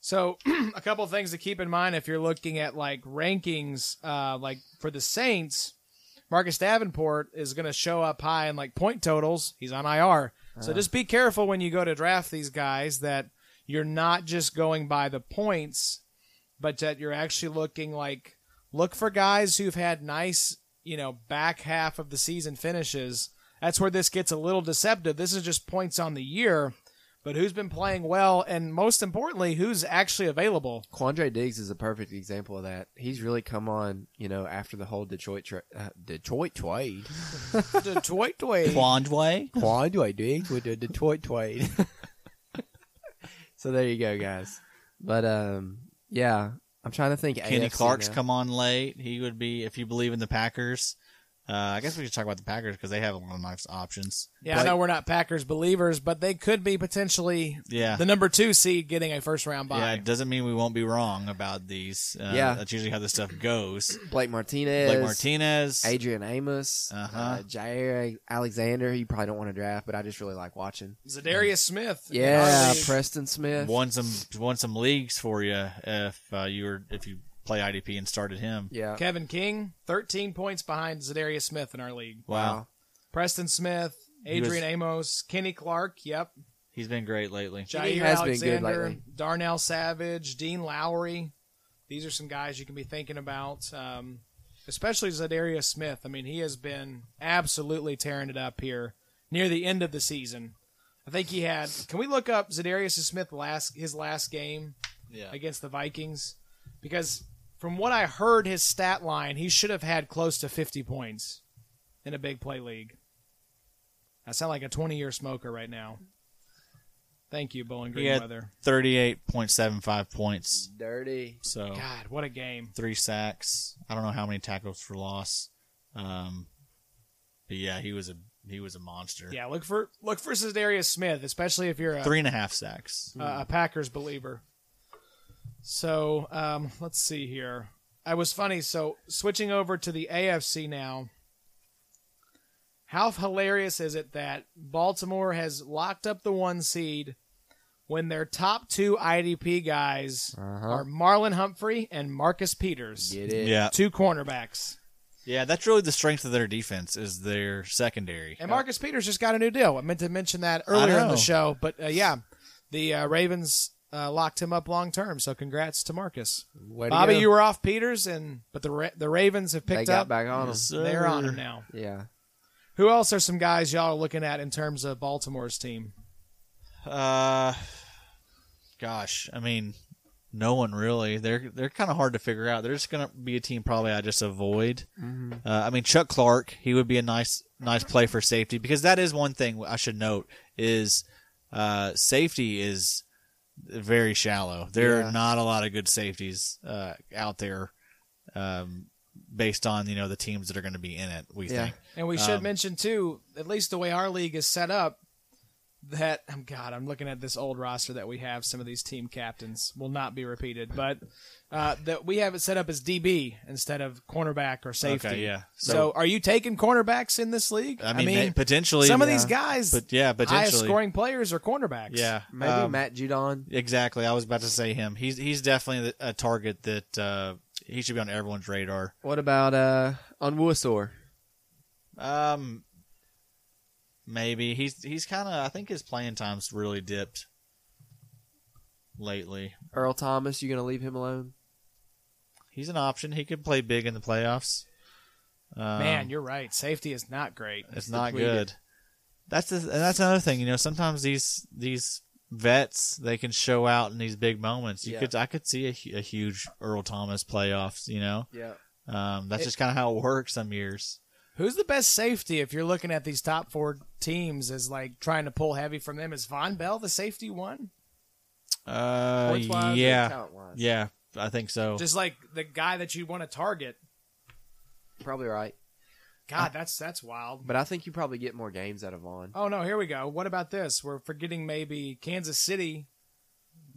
S2: So, a couple things to keep in mind if you're looking at like rankings, uh, like for the Saints, Marcus Davenport is going to show up high in like point totals. He's on IR. So, just be careful when you go to draft these guys that you're not just going by the points, but that you're actually looking like look for guys who've had nice, you know, back half of the season finishes. That's where this gets a little deceptive. This is just points on the year, but who's been playing well and most importantly, who's actually available.
S7: Quandre Diggs is a perfect example of that. He's really come on, you know, after the whole Detroit tra- uh, Detroit trade.
S2: Detroit Dwayne.
S3: Quandway.
S7: Quandre Diggs with the Detroit trade. so there you go, guys. But um, yeah, I'm trying to think.
S3: Kenny
S7: AFC
S3: Clark's
S7: now.
S3: come on late. He would be if you believe in the Packers. Uh, I guess we could talk about the Packers because they have a lot of nice options.
S2: Yeah, I know we're not Packers believers, but they could be potentially
S3: Yeah,
S2: the number two seed getting a first round bye.
S3: yeah. It doesn't mean we won't be wrong about these. Uh,
S7: Yeah.
S3: that's usually how this stuff goes.
S7: Blake Martinez.
S3: Blake Martinez.
S7: Adrian Amos,
S3: Uh-huh.
S7: uh, Jair Alexander, who you probably don't want to draft, but I just really like watching.
S2: Zadarius Smith.
S7: Yeah,
S2: Hardly-
S7: Preston Smith.
S3: won some won some leagues for you if uh, you were if you play IDP and started him.
S7: Yeah.
S2: Kevin King, 13 points behind Zadarius Smith in our league.
S3: Wow,
S2: Preston Smith,
S3: He was-
S2: Adrian Amos, Kenny Clark, yep.
S3: he's been great lately.
S7: Kenny
S2: Jair
S7: has been
S2: Alexander,
S7: good lately.
S2: Darnell Savage, Dean Lowry. These are some guys you can be thinking about, um, especially Zadarius Smith. I mean, he has been absolutely tearing it up here near the end of the season. I think he had. Can we look up Zadarius Smith last his last game?
S3: Yeah,
S2: against the Vikings because from what I heard his stat line, he should have had close to 50 points in a big play league. I sound like a 20 year smoker right now. Thank you, Bowling
S3: he had
S2: Greenweather.
S3: thirty eight point seven five points.
S7: Dirty.
S3: So
S2: God, what a game.
S3: three sacks. I don't know how many tackles for loss. Um, but yeah, he was a he was a monster.
S2: Yeah, look for look for Cesarius Smith, especially if you're a,
S3: three and a half sacks.
S2: uh, a Packers believer. So um, let's see here. I was funny. So switching over to the AFC now. How hilarious is it that Baltimore has locked up the one seed when their top two IDP guys are Marlon Humphrey and Marcus Peters,
S7: Get it.
S3: Uh-huh. Yeah,
S2: two cornerbacks.
S3: yeah. That's really the strength of their defense is their secondary.
S2: And Marcus Peters just got a new deal. I meant to mention that earlier in
S3: know.
S2: the show, but uh, yeah, the uh, Ravens uh, locked him up long term. So congrats to Marcus.
S7: Way to
S2: Bobby,
S7: go.
S2: you were off Peters, and but the Ra- the Ravens have
S7: They
S2: picked
S7: got
S2: up.
S7: back on him.
S2: They're on him now.
S7: Yeah.
S2: Who else are some guys y'all are looking at in terms of Baltimore's team?
S3: Uh, gosh, I mean, no one really. They're they're kind of hard to figure out. They're just gonna be a team probably I just avoid. Uh, I mean, Chuck Clark, he would be a nice nice play for safety because that is one thing I should note is uh, safety is very shallow. There
S7: Yeah.
S3: are not a lot of good safeties uh, out there, um, based on you know the teams that are going to be in it. We
S7: Yeah.
S3: think
S2: And we should
S3: Um,
S2: mention too, at least the way our league is set up, that um, God, I'm looking at this old roster that we have. Some of these team captains will not be repeated, but uh, that we have it set up as DB instead of cornerback or safety.
S3: Okay, yeah.
S2: So, are you taking cornerbacks in this league?
S3: I mean, may- potentially
S2: some of
S3: yeah.
S2: these guys,
S3: But yeah,
S2: highest
S3: potentially.
S2: scoring players are cornerbacks.
S3: Yeah,
S7: Maybe
S3: um,
S7: Matt Judon.
S3: Exactly. I was about to say him. He's he's definitely a target that uh, he should be on everyone's radar.
S7: What about uh on Wussor?
S3: Um, maybe he's he's kind of. I think his playing time's really dipped lately.
S7: Earl Thomas, you gonna leave him alone?
S3: He's an option. He could play big in the playoffs. Um,
S2: man, you're right. Safety is not great.
S3: it's not
S7: depleted.
S3: good. That's the, and that's another thing. You know, sometimes these these vets they can show out in these big moments. You
S7: Yeah.
S3: could I could see a, hu- a huge Earl Thomas playoffs. You know,
S7: Yeah.
S3: um, that's
S2: It-
S3: just kind of how it works some years.
S2: Who's the best safety if you're looking at these top four teams as like trying to pull heavy from them? Is Von Bell the safety one?
S3: Uh,
S7: Points-wise or
S3: yeah,
S7: talent-wise?
S3: yeah, I think so.
S2: Just like the guy that you want to target.
S7: Probably right.
S2: God, that's that's wild.
S7: But I think you probably get more games out of Vaughn.
S2: Oh no, here we go. What about this? We're forgetting maybe Kansas City.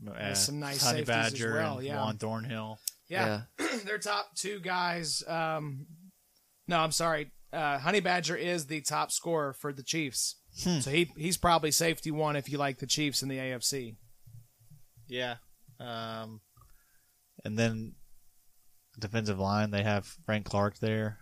S3: uh,
S2: some nice
S3: Honey
S2: safeties as
S3: Badger
S2: well,
S3: and
S2: yeah.
S3: Juan Thornhill.
S2: Yeah, their top two guys. Um, no, I'm sorry. Uh, Honey Badger is the top scorer for the Chiefs, so he he's probably safety one if you like the Chiefs in the AFC.
S3: Yeah, um, and then defensive line they have Frank Clark there.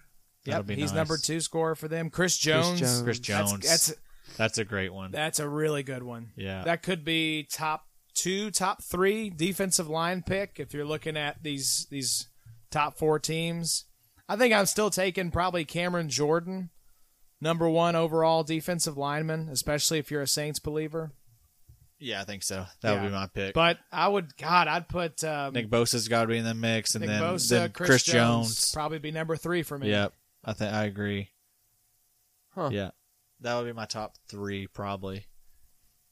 S3: That'll
S2: Yep,
S3: be
S2: he's
S3: nice.
S2: number two scorer for them. Chris Jones.
S4: Jones.
S3: Chris
S2: That's-
S3: Jones.
S2: That's,
S3: That's,
S2: that's
S3: a great one.
S2: a really good one.
S3: yeah,
S2: That could be top two, top three defensive line pick if you're looking at these these top four teams. I think I'm still taking probably Cameron Jordan, number one overall defensive lineman, especially if you're a Saints believer.
S3: yeah, I think so. That
S2: Yeah.
S3: would be my pick.
S2: But I would, God, I'd put um,
S3: Nick Bosa's got to be in the mix, and
S2: Nick
S3: then,
S2: Bosa,
S3: then
S2: Chris,
S3: Jones.
S2: probably be number three for me.
S3: Yep, I think I agree.
S7: Huh.
S3: Yeah, that would be my top three probably.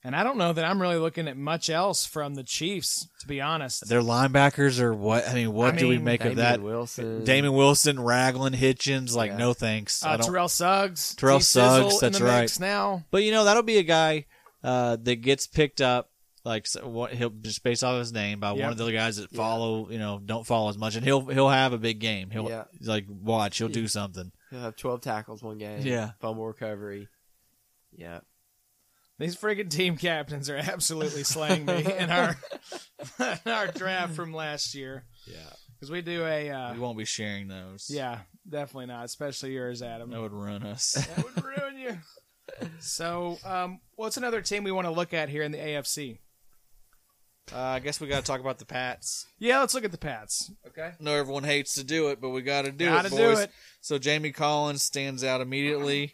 S2: And I don't know that I'm really looking at much else from the Chiefs, to be honest.
S3: Their linebackers are what? I mean, what
S2: I
S3: do we
S2: mean,
S3: make
S7: Damian
S3: of that?
S7: Wilson.
S3: Damon Wilson, Raglan, Hitchens, like
S7: Yeah.
S3: no thanks. I
S2: Uh,
S3: don't.
S2: Terrell Suggs,
S3: Terrell
S2: T. Sizzle
S3: Suggs,
S2: in
S3: that's
S2: the mix
S3: right.
S2: Now,
S3: But you know that'll be a guy uh, that gets picked up, like so what he'll just based off his name by
S2: Yep.
S3: one of the other guys that follow. You know, don't follow as much, and he'll he'll have a big game. He'll
S7: Yeah.
S3: like watch. He'll do something.
S7: He'll have twelve tackles one game.
S3: Yeah.
S7: Fumble recovery. Yeah.
S2: These friggin' team captains are absolutely slaying me in our in our draft from last year.
S3: Yeah,
S2: Because we do a uh,
S3: we won't be sharing those.
S2: yeah, definitely not, especially yours, Adam.
S3: that would ruin us.
S2: That would ruin you. So, um, what's another team we want to look at here in the AFC?
S3: uh, I guess we got to talk about the Pats.
S2: Yeah, let's look at the Pats. Okay.
S3: I know everyone hates to do it, but we got to do
S2: Gotta
S3: it,
S2: do
S3: boys.
S2: it.
S3: So Jamie Collins stands out immediately.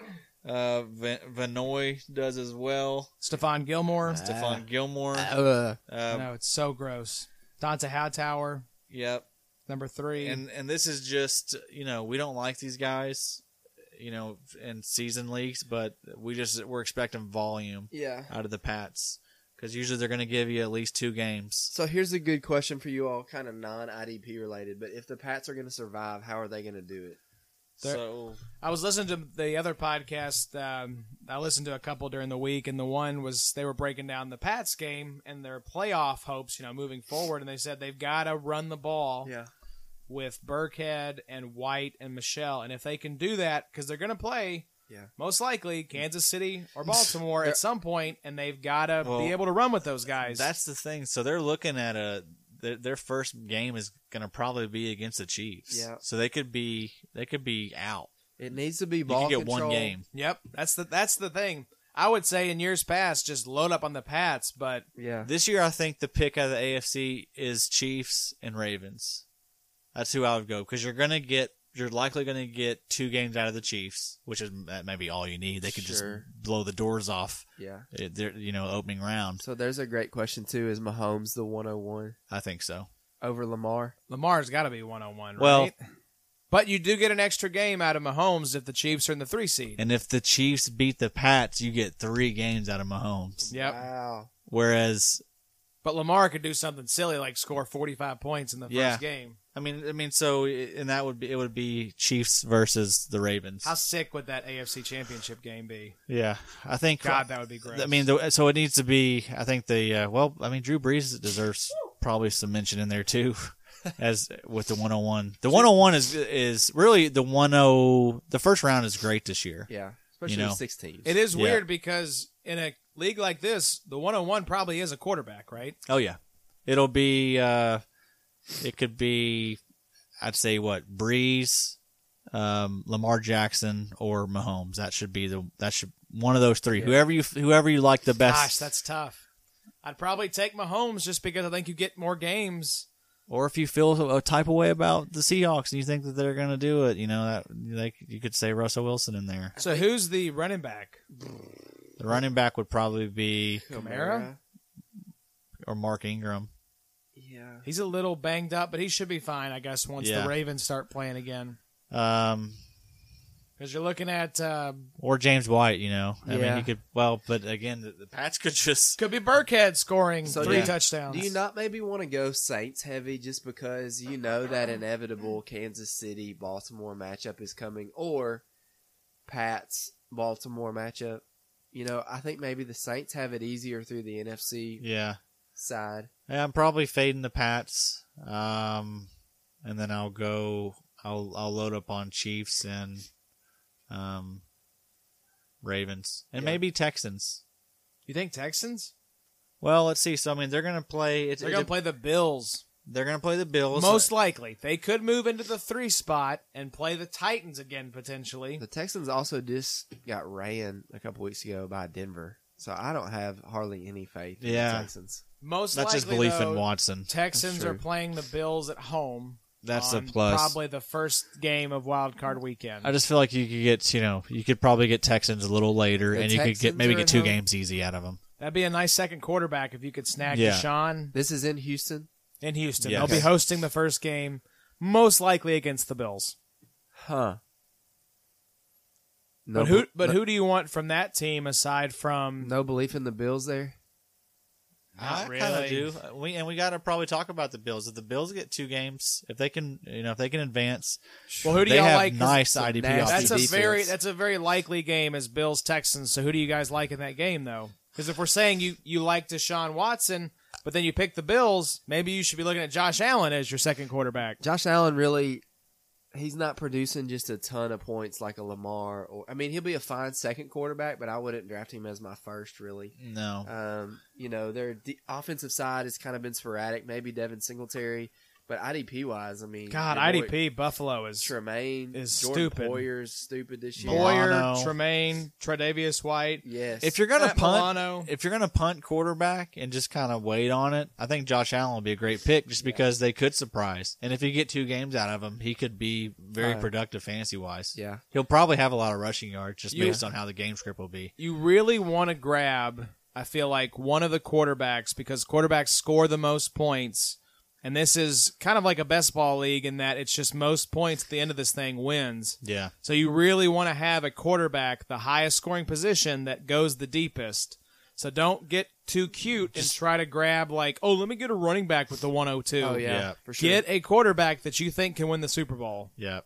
S3: Uh, Van- Vanoy does as well.
S2: Stephon
S7: Ah.
S2: Gilmore.
S3: Stephon Gilmore.
S7: Oh.
S3: Uh,
S2: no, it's so gross. Donta Hightower,
S3: Yep.
S2: number three.
S3: and and this is just you know we don't like these guys you know in season leagues but we just we're expecting volume
S7: Yeah.
S3: out of the pats because usually they're going to give you at least two games
S7: So here's a good question for you all, kind of non IDP related, but if the Pats are going to survive, how are they going to do it?
S2: They're-
S3: so
S2: I was listening to the other podcast. Um, I listened to a couple during the week, and the one was they were breaking down the Pats game and their playoff hopes, you know, moving forward. And they said they've got to run the ball
S7: Yeah.
S2: with Burkhead and White and Michelle. And if they can do that, because they're going to play
S7: Yeah.
S2: most likely Kansas City or Baltimore at some point, and they've got to
S3: Well,
S2: be able to run with those guys.
S3: that's the thing so they're looking at a their, their first game is going to probably be against the chiefs
S7: Yeah.
S3: so they could be they could be out
S7: It needs to be
S3: you
S7: ball
S3: can get
S7: control.
S3: one game
S2: yep. That's the that's the thing. I would say in years past, just load up on the Pats, but
S7: Yeah.
S3: This year, I think the pick out of the AFC is Chiefs and Ravens. That's who I would go because you're gonna get you're likely gonna get two games out of the Chiefs, which is that may be all you need. They could
S7: Sure.
S3: just blow the doors off.
S7: Yeah.
S3: eh, Their you know opening round.
S7: So there's a great question too. Is Mahomes the 101
S3: I think so.
S7: over Lamar?
S2: Lamar's got to be one on one.
S3: Well,
S2: right? But you do get an extra game out of Mahomes if the Chiefs are in the three seed.
S3: And if the Chiefs beat the Pats, you get three games out of Mahomes.
S2: Yep.
S4: Wow.
S3: Whereas,
S2: But Lamar could do something silly like score 45 points in the
S3: Yeah.
S2: first game.
S3: I mean, I mean, so eh, and that would be it would be Chiefs versus the Ravens.
S2: How sick would that AFC championship game be?
S3: yeah, I think.
S2: God, that would be gross.
S3: I mean, the, so it needs to be. I think the uh, well, I mean, Drew Brees deserves probably some mention in there too, as with the 101. The 101 is is really the 10. The first round is great this year.
S4: Yeah. Especially
S3: know.
S4: six teams.
S2: it is
S3: yeah.
S2: weird because in a league like this, the 101 probably is a quarterback, right?
S3: Oh yeah, it'll be. uh It could be, I'd say what Breeze, um, Lamar Jackson, or Mahomes. That should be the that should one of those three. Whoever you whoever you like the best.
S2: Gosh, that's tough. I'd probably take Mahomes just because I think you get more games.
S3: or if you feel a type of way about the Seahawks and you think that they're going to do it, you know that like you could say Russell Wilson in there.
S2: So who's the running back?
S3: The running back would probably be
S2: Kamara?
S3: or Mark Ingram.
S4: Yeah.
S2: He's a little banged up, but he should be fine, I guess, once
S3: Yeah.
S2: the Ravens start playing again.
S3: Um,
S2: Because you're looking at uh,
S3: or James White, you know. I mean,
S8: Yeah.
S3: he could well, but again, the, the Pats could just
S2: could be Burkhead scoring
S4: So
S2: three
S4: do you-
S2: touchdowns.
S4: Do you not maybe want to go Saints heavy just because you know that inevitable Kansas City Baltimore matchup is coming or Pats Baltimore matchup? You know, I think maybe the Saints have it easier through the NFC
S3: yeah.
S4: side.
S3: Yeah, I'm probably fading the Pats. Um, and then I'll go. I'll I'll load up on Chiefs and um, Ravens and maybe Texans.
S2: You think Texans?
S3: Well, let's see. So I mean, they're gonna play. It's,
S2: They're going to play the Bills.
S3: They're gonna play the Bills.
S2: Most likely. They could move into the three spot and play the Titans again, potentially.
S4: The Texans also just got ran a couple weeks ago by Denver. So I don't have hardly any faith in the
S3: Yeah.
S4: Texans.
S2: Most
S3: that's
S2: likely,
S3: just belief
S2: though,
S3: in Watson.
S2: Texans
S4: That's
S2: are
S4: true.
S2: playing the Bills at home.
S3: That's a
S2: on
S3: plus.
S2: Probably the first game of Wild Card Weekend.
S3: I just feel like you could get you know you could probably get Texans a little later,
S4: The
S3: and you could get
S4: Texans
S3: maybe
S4: are
S3: get
S4: at
S3: two
S4: home.
S3: games easy out of them.
S2: That'd be a nice second quarterback if you could snag
S3: Yeah.
S2: Deshaun
S4: This is in Houston.
S2: in Houston.
S3: Yeah.
S2: They'll be
S3: Okay.
S2: hosting the first game, most likely against the Bills.
S4: Huh. No,
S2: But who?
S4: be-
S2: But
S4: no-
S2: who do you want from that team aside from?
S4: No belief in the Bills there.
S2: Not
S3: I kinda
S2: really.
S3: do. We and we got to probably talk about the Bills. If the Bills get two games, if they can, you know, if they can advance,
S2: Well, who do
S3: they
S2: y'all
S3: have
S2: like? 'Cause
S3: nice
S4: a
S3: IDP
S2: That's
S4: nasty-
S3: options.
S2: a
S4: defense.
S2: very that's a very likely game as Bills Texans. So who do you guys like in that game though? Because if we're saying you you like Deshaun Watson, but then you pick the Bills, maybe you should be looking at Josh Allen as your second quarterback.
S4: Josh Allen really, he's not producing just a ton of points like a Lamar. Or I mean, he'll be a fine second quarterback, but I wouldn't draft him as my first really.
S3: no,
S4: Um, you know, their d- offensive side has kind of been sporadic. Maybe Devin Singletary, but IDP wise, I mean,
S2: God,
S4: your boy
S2: IDP Buffalo is
S4: Tremaine
S2: is
S4: Jordan
S2: stupid.
S4: Poyer's stupid this year.
S2: Boyer,
S3: Milano.
S2: Tremaine, Tre'Davious White.
S4: Yes,
S3: if you're gonna
S2: Matt
S3: punt,
S2: Milano.
S3: if you're gonna punt quarterback and just kind of wait on it, I think Josh Allen would be a great pick just because they could surprise. And if you get two games out of him, he could be very
S4: Uh,
S3: productive fantasy wise.
S4: yeah.
S3: he'll probably have a lot of rushing yards just
S2: You-
S3: based on how the game script will be.
S2: You really want to grab. I feel like one of the quarterbacks because quarterbacks score the most points, and this is kind of like a best ball league in that it's just most points at the end of this thing wins.
S3: Yeah,
S2: So you really want to have a quarterback, the highest scoring position that goes the deepest. So don't get too cute and try to grab like, oh, let me get a running back with the 102.
S4: oh yeah,
S3: Yeah.
S4: for sure.
S2: Get a quarterback that you think can win the Super Bowl.
S3: yeah,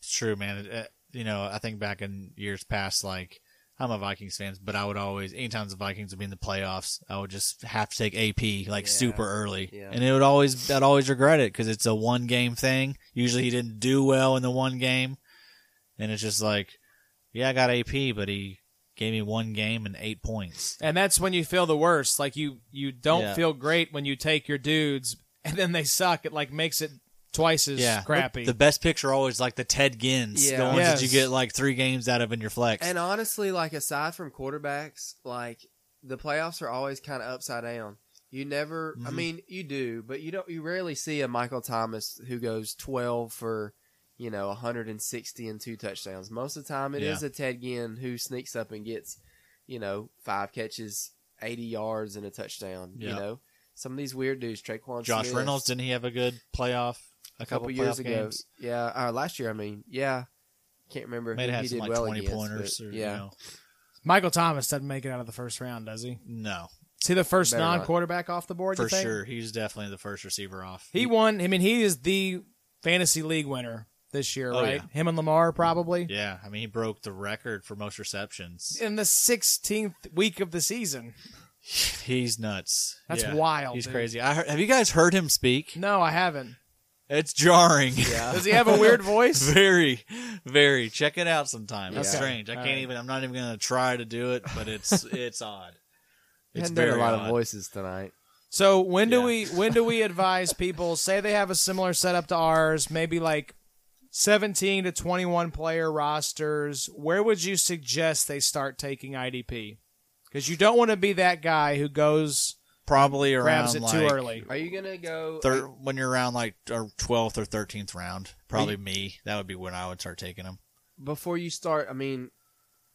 S3: it's true, man. It, uh, you know, I think back in years past, like. I'm a Vikings fan, but I would always, anytime the Vikings would be in the playoffs, I would just have to take AP like super early,
S4: Yeah.
S3: and it would always, I'd always regret it because it's a one game thing. Usually, he didn't do well in the one game, and it's just like, yeah, I got AP, but he gave me one game and eight points.
S2: And that's when you feel the worst. Like you you don't
S3: Yeah.
S2: feel great when you take your dudes and then they suck. It like makes it twice as
S3: yeah,
S2: crappy.
S3: The best picks are always like the Ted Gins,
S4: Yeah.
S3: the ones that you
S2: Yes.
S3: get like three games out of in your flex.
S4: And honestly, like aside from quarterbacks, like the playoffs are always kind of upside down. You never,
S3: Mm-hmm.
S4: I mean, you do, but you don't. You rarely see a Michael Thomas who goes twelve for, you know, hundred and sixty and two touchdowns. Most of the time, it is
S3: Yeah.
S4: a Ted Ginn who sneaks up and gets, you know, five catches, eighty yards, and a touchdown. You
S3: Yeah.
S4: know, some of these weird dudes, Traquan,
S3: Josh
S4: Smith,
S3: Reynolds didn't he have a good playoff? a
S4: a couple,
S3: couple, playoff
S4: years ago.
S3: games.
S4: Yeah, uh, last year. I mean, yeah, can't remember.
S3: Might
S4: who
S3: have
S4: he
S3: had some
S4: did
S3: like
S4: well
S3: twenty
S4: against,
S3: pointers.
S4: but
S3: Or,
S4: yeah,
S3: You know,
S2: Michael Thomas doesn't make it out of the first round, does he?
S3: no,
S2: Is he the first
S4: Better not.
S2: non-quarterback off the board? you
S3: for
S2: think?
S3: sure, he's definitely the first receiver off.
S2: He won. I mean, he is the fantasy league winner this year,
S3: Oh,
S2: right?
S3: yeah.
S2: Him and Lamar probably
S3: yeah, I mean, he broke the record for most receptions.
S2: in the 16th week of the season.
S3: He's nuts.
S2: That's
S3: Yeah.
S2: wild,
S3: He's
S2: dude.
S3: crazy. I heard, have you guys heard him speak?
S2: No, I haven't.
S3: It's jarring.
S2: Does he have a weird voice?
S3: very, very. Check it out sometime. It's
S4: Okay.
S3: strange. I
S2: All
S3: can't
S2: right.
S3: even. I'm not even going to try to do it. But it's it's odd. It's
S4: Hadn't done
S3: very
S4: a lot
S3: odd.
S4: of voices tonight.
S2: So when do
S3: Yeah.
S2: we when do we advise people? Say they have a similar setup to ours, maybe like 17 to 21 player rosters. Where would you suggest they start taking IDP? Because you don't want to be that guy who goes
S3: Probably around
S2: grabs it
S3: like,
S2: too early.
S4: Are you gonna go? uh,
S3: Thir- when you're around like twelfth or thirteenth round, probably me. That would be when I would start taking him.
S4: before you start, I mean,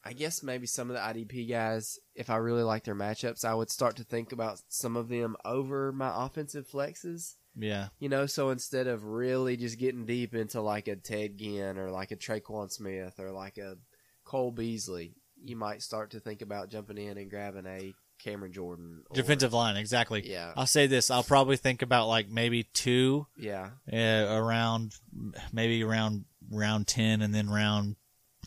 S4: I guess maybe some of the IDP guys, if I really like their matchups, I would start to think about some of them over my offensive flexes.
S3: Yeah,
S4: You know, so instead of really just getting deep into like a Ted Ginn or like a Traquan Smith or like a Cole Beasley, you might start to think about jumping in and grabbing a Cameron Jordan. Or,
S3: defensive line exactly.
S4: Yeah.
S3: I'll say this. I'll probably think about like maybe two
S4: Yeah.
S3: uh, around maybe around round 10 and then round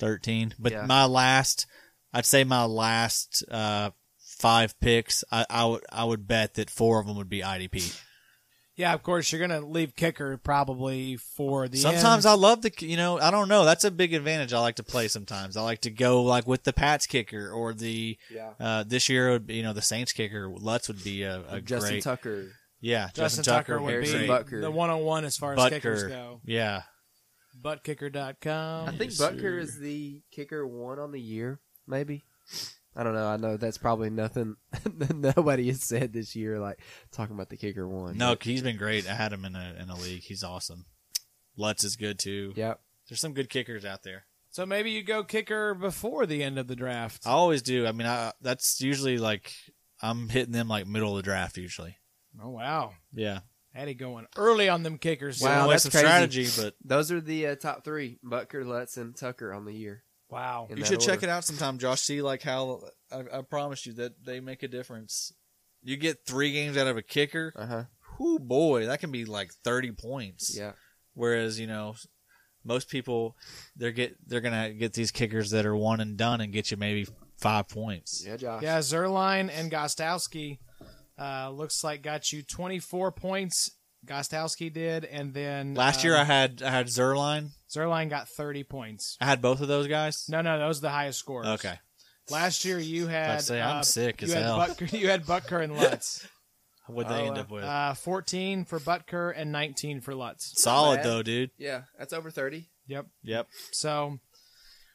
S3: 13 but
S4: Yeah.
S3: my last i'd say my last uh five picks I, I would i would bet that four of them would be idp
S2: Yeah, of course you're gonna leave kicker probably for the
S3: sometimes
S2: end.
S3: i love the you know i don't know that's a big advantage i like to play sometimes i like to go like with the pats kicker or the
S4: Yeah.
S3: uh this year would be, you know the saints kicker lutz would be a, a
S4: Justin
S3: great
S4: Tucker.
S3: yeah
S2: Justin, Tucker, would
S4: Harrison
S2: be
S4: Butker.
S2: the one on one as far as kickers
S3: Butker,
S2: go.
S3: yeah
S2: Buttkicker.com.
S4: I think
S3: Yes, sir.
S4: Butker is the kicker one on the year, maybe. I don't know. I know that's probably nothing that nobody has said this year, like talking about the kicker one.
S3: No, he's been great. I had him in a in a league. He's awesome. Lutz is good too.
S4: Yep.
S3: There's some good kickers out there.
S2: So maybe you go kicker before the end of the draft.
S3: I always do. I mean, I that's usually like I'm hitting them like middle of the draft usually.
S2: Oh wow.
S3: Yeah,
S2: Eddie going early on them kickers.
S4: Wow,
S3: Only
S4: that's
S3: some
S4: crazy.
S3: strategy, but
S4: Those are the uh, top three: Butker, Lutz, and Tucker on the year.
S2: Wow.
S4: In
S3: you
S4: that
S3: should check
S4: order.
S3: it out sometime, Josh. See like how I, I promise you that they make a difference. You get three games out of a kicker.
S4: Uh huh.
S3: Whoo boy, that can be like thirty points.
S4: Yeah.
S3: Whereas you know, most people they're get they're gonna get these kickers that are one and done and get you maybe five points.
S4: Yeah, Josh.
S2: Yeah, Zerline and Gostowski uh, looks like got you 24 points. Gostowski did, and then
S3: Last
S2: um,
S3: year I had I had Zerline.
S2: Zerline got 30 points.
S3: I had both of those guys.
S2: No, no, those are the highest scores.
S3: Okay.
S2: Last year you had.
S3: I'd say I'm
S2: uh,
S3: sick
S2: you
S3: as
S2: had
S3: hell.
S2: Butker, you had Butker and Lutz.
S3: What'd
S4: Oh,
S3: they end up with?
S2: Uh, 14 for Butker and 19 for Lutz.
S3: Solid
S4: bad.
S3: though, dude.
S4: Yeah, that's over thirty.
S2: Yep.
S3: Yep.
S2: So,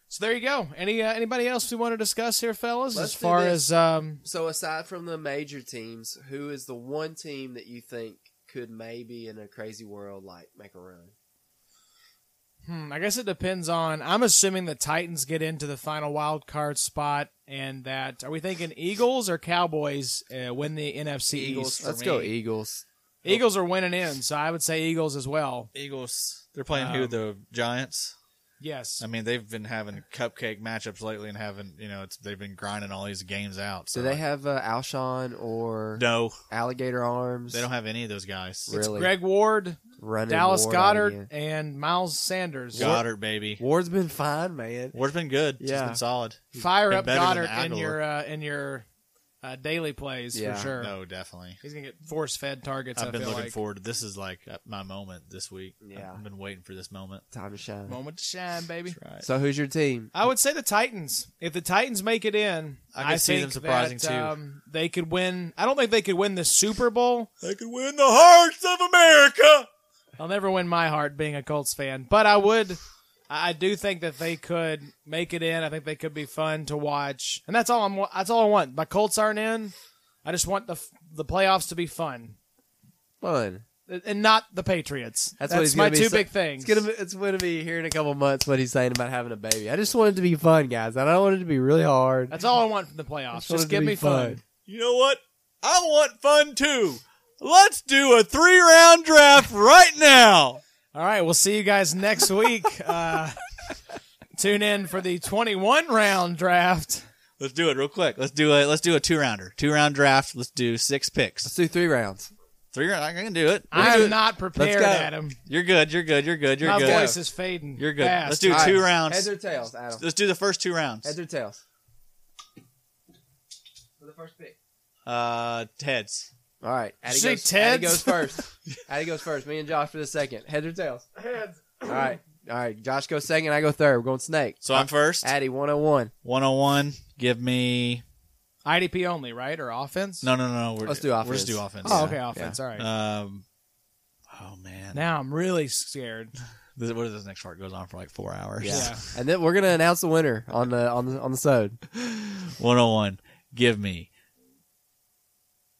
S2: so there you go. Any uh, anybody else we want to discuss here, fellas?
S4: Let's
S2: as
S4: do
S2: far
S4: this.
S2: as um,
S4: So aside from the major teams, who is the one team that you think could maybe in a crazy world like make a run?
S2: Hmm, I guess it depends on. I'm assuming the Titans get into the final wild card spot, and that are we thinking Eagles or Cowboys uh, win the NFC
S3: Eagles.
S2: East?
S3: For me.
S4: Eagles.
S2: Eagles are winning in, so I would say Eagles as well.
S3: Eagles. They're playing who?
S2: Um,
S3: The Giants.
S2: Yes,
S3: I mean, they've been having cupcake matchups lately, and having you know, it's they've been grinding all these games out. So
S4: Do they
S3: like-
S4: have uh, Alshon or
S3: No,
S4: Alligator Arms?
S3: they don't have any of those guys.
S4: really
S2: Greg Ward,
S4: running
S2: Dallas
S4: Ward out of
S2: Goddard,
S4: you.
S2: and Miles Sanders.
S3: Goddard, baby.
S4: Ward's been fine, man.
S3: Ward's been good. He's
S4: Yeah.
S3: been solid.
S2: Fire
S3: Been
S2: up
S3: better than
S2: Goddard in
S3: Aguilar.
S2: your uh, in your uh, daily plays
S4: Yeah.
S2: for sure.
S3: No, definitely.
S2: He's gonna get force fed targets. I
S3: I've been
S2: feel
S3: looking
S2: like.
S3: forward. to This is like uh, my moment this week.
S4: Yeah.
S3: I've been waiting for this moment.
S4: Time to shine.
S2: moment to shine, baby.
S3: That's right.
S4: So who's your team?
S2: I would say the Titans. If the Titans make it in,
S3: I could see them
S2: think
S3: surprising,
S2: that,
S3: too.
S2: Um, they could win. I don't think they could win the Super Bowl.
S3: They could win the hearts of America.
S2: They'll never win my heart being a Colts fan, but I would. I I do think that they could make it in. I think they could be fun to watch, and that's all I'm. That's all I want. My Colts aren't in. I just want the f- the playoffs to be fun
S4: Fun.
S2: and not the Patriots.
S4: That's,
S2: That's,
S4: what he's
S2: my
S4: gonna be
S2: two
S4: sa-
S2: big things.
S4: It's gonna be, it's gonna be here in a couple months what he's saying about having a baby. I just want it to be fun, guys. I don't want it to be really hard.
S2: that's all I want from the playoffs.
S4: I want it
S2: Just
S4: to
S2: give
S4: be
S2: me fun.
S3: You know what? I want fun too. Let's do a three round draft right now.
S2: All right, we'll see you guys next week. Uh, tune in for the 21 round draft.
S3: Let's do it real quick. Let's do a let's do a two rounder, two round draft. Let's do six picks,
S4: Let's do three rounds.
S3: three round. I can do it.
S2: I am not prepared,
S4: go.
S2: Adam.
S3: You're good. You're good. You're good. You're
S2: My
S3: good.
S2: voice is fading.
S3: You're good.
S2: fast.
S3: Let's do
S4: All
S3: two
S4: right.
S3: rounds.
S4: Heads or tails, Adam?
S3: Let's do the first two rounds.
S4: Heads or tails? For the first pick.
S3: Uh, Ted's.
S4: All right. Addy
S2: you say
S4: goes,
S2: Ted's?
S4: Addy goes first. Addy goes first. Me and Josh for the second. Heads or tails? Heads. All right. All right. Josh goes second. I go third. We're going snake. oh
S3: So I'm first.
S4: Addy 101.
S3: 101. Give me.
S2: IDP only, right? Or offense?
S3: No, no, no. We're,
S4: Let's do
S3: We're
S4: offense.
S3: just do offense.
S2: Oh, okay, offense. All right.
S3: Um. Oh man.
S2: now I'm really scared.
S3: This, what is this next part? Goes on for like four hours.
S2: Yeah.
S4: And then we're gonna announce the winner on the on the on the sode.
S3: 101. Give me.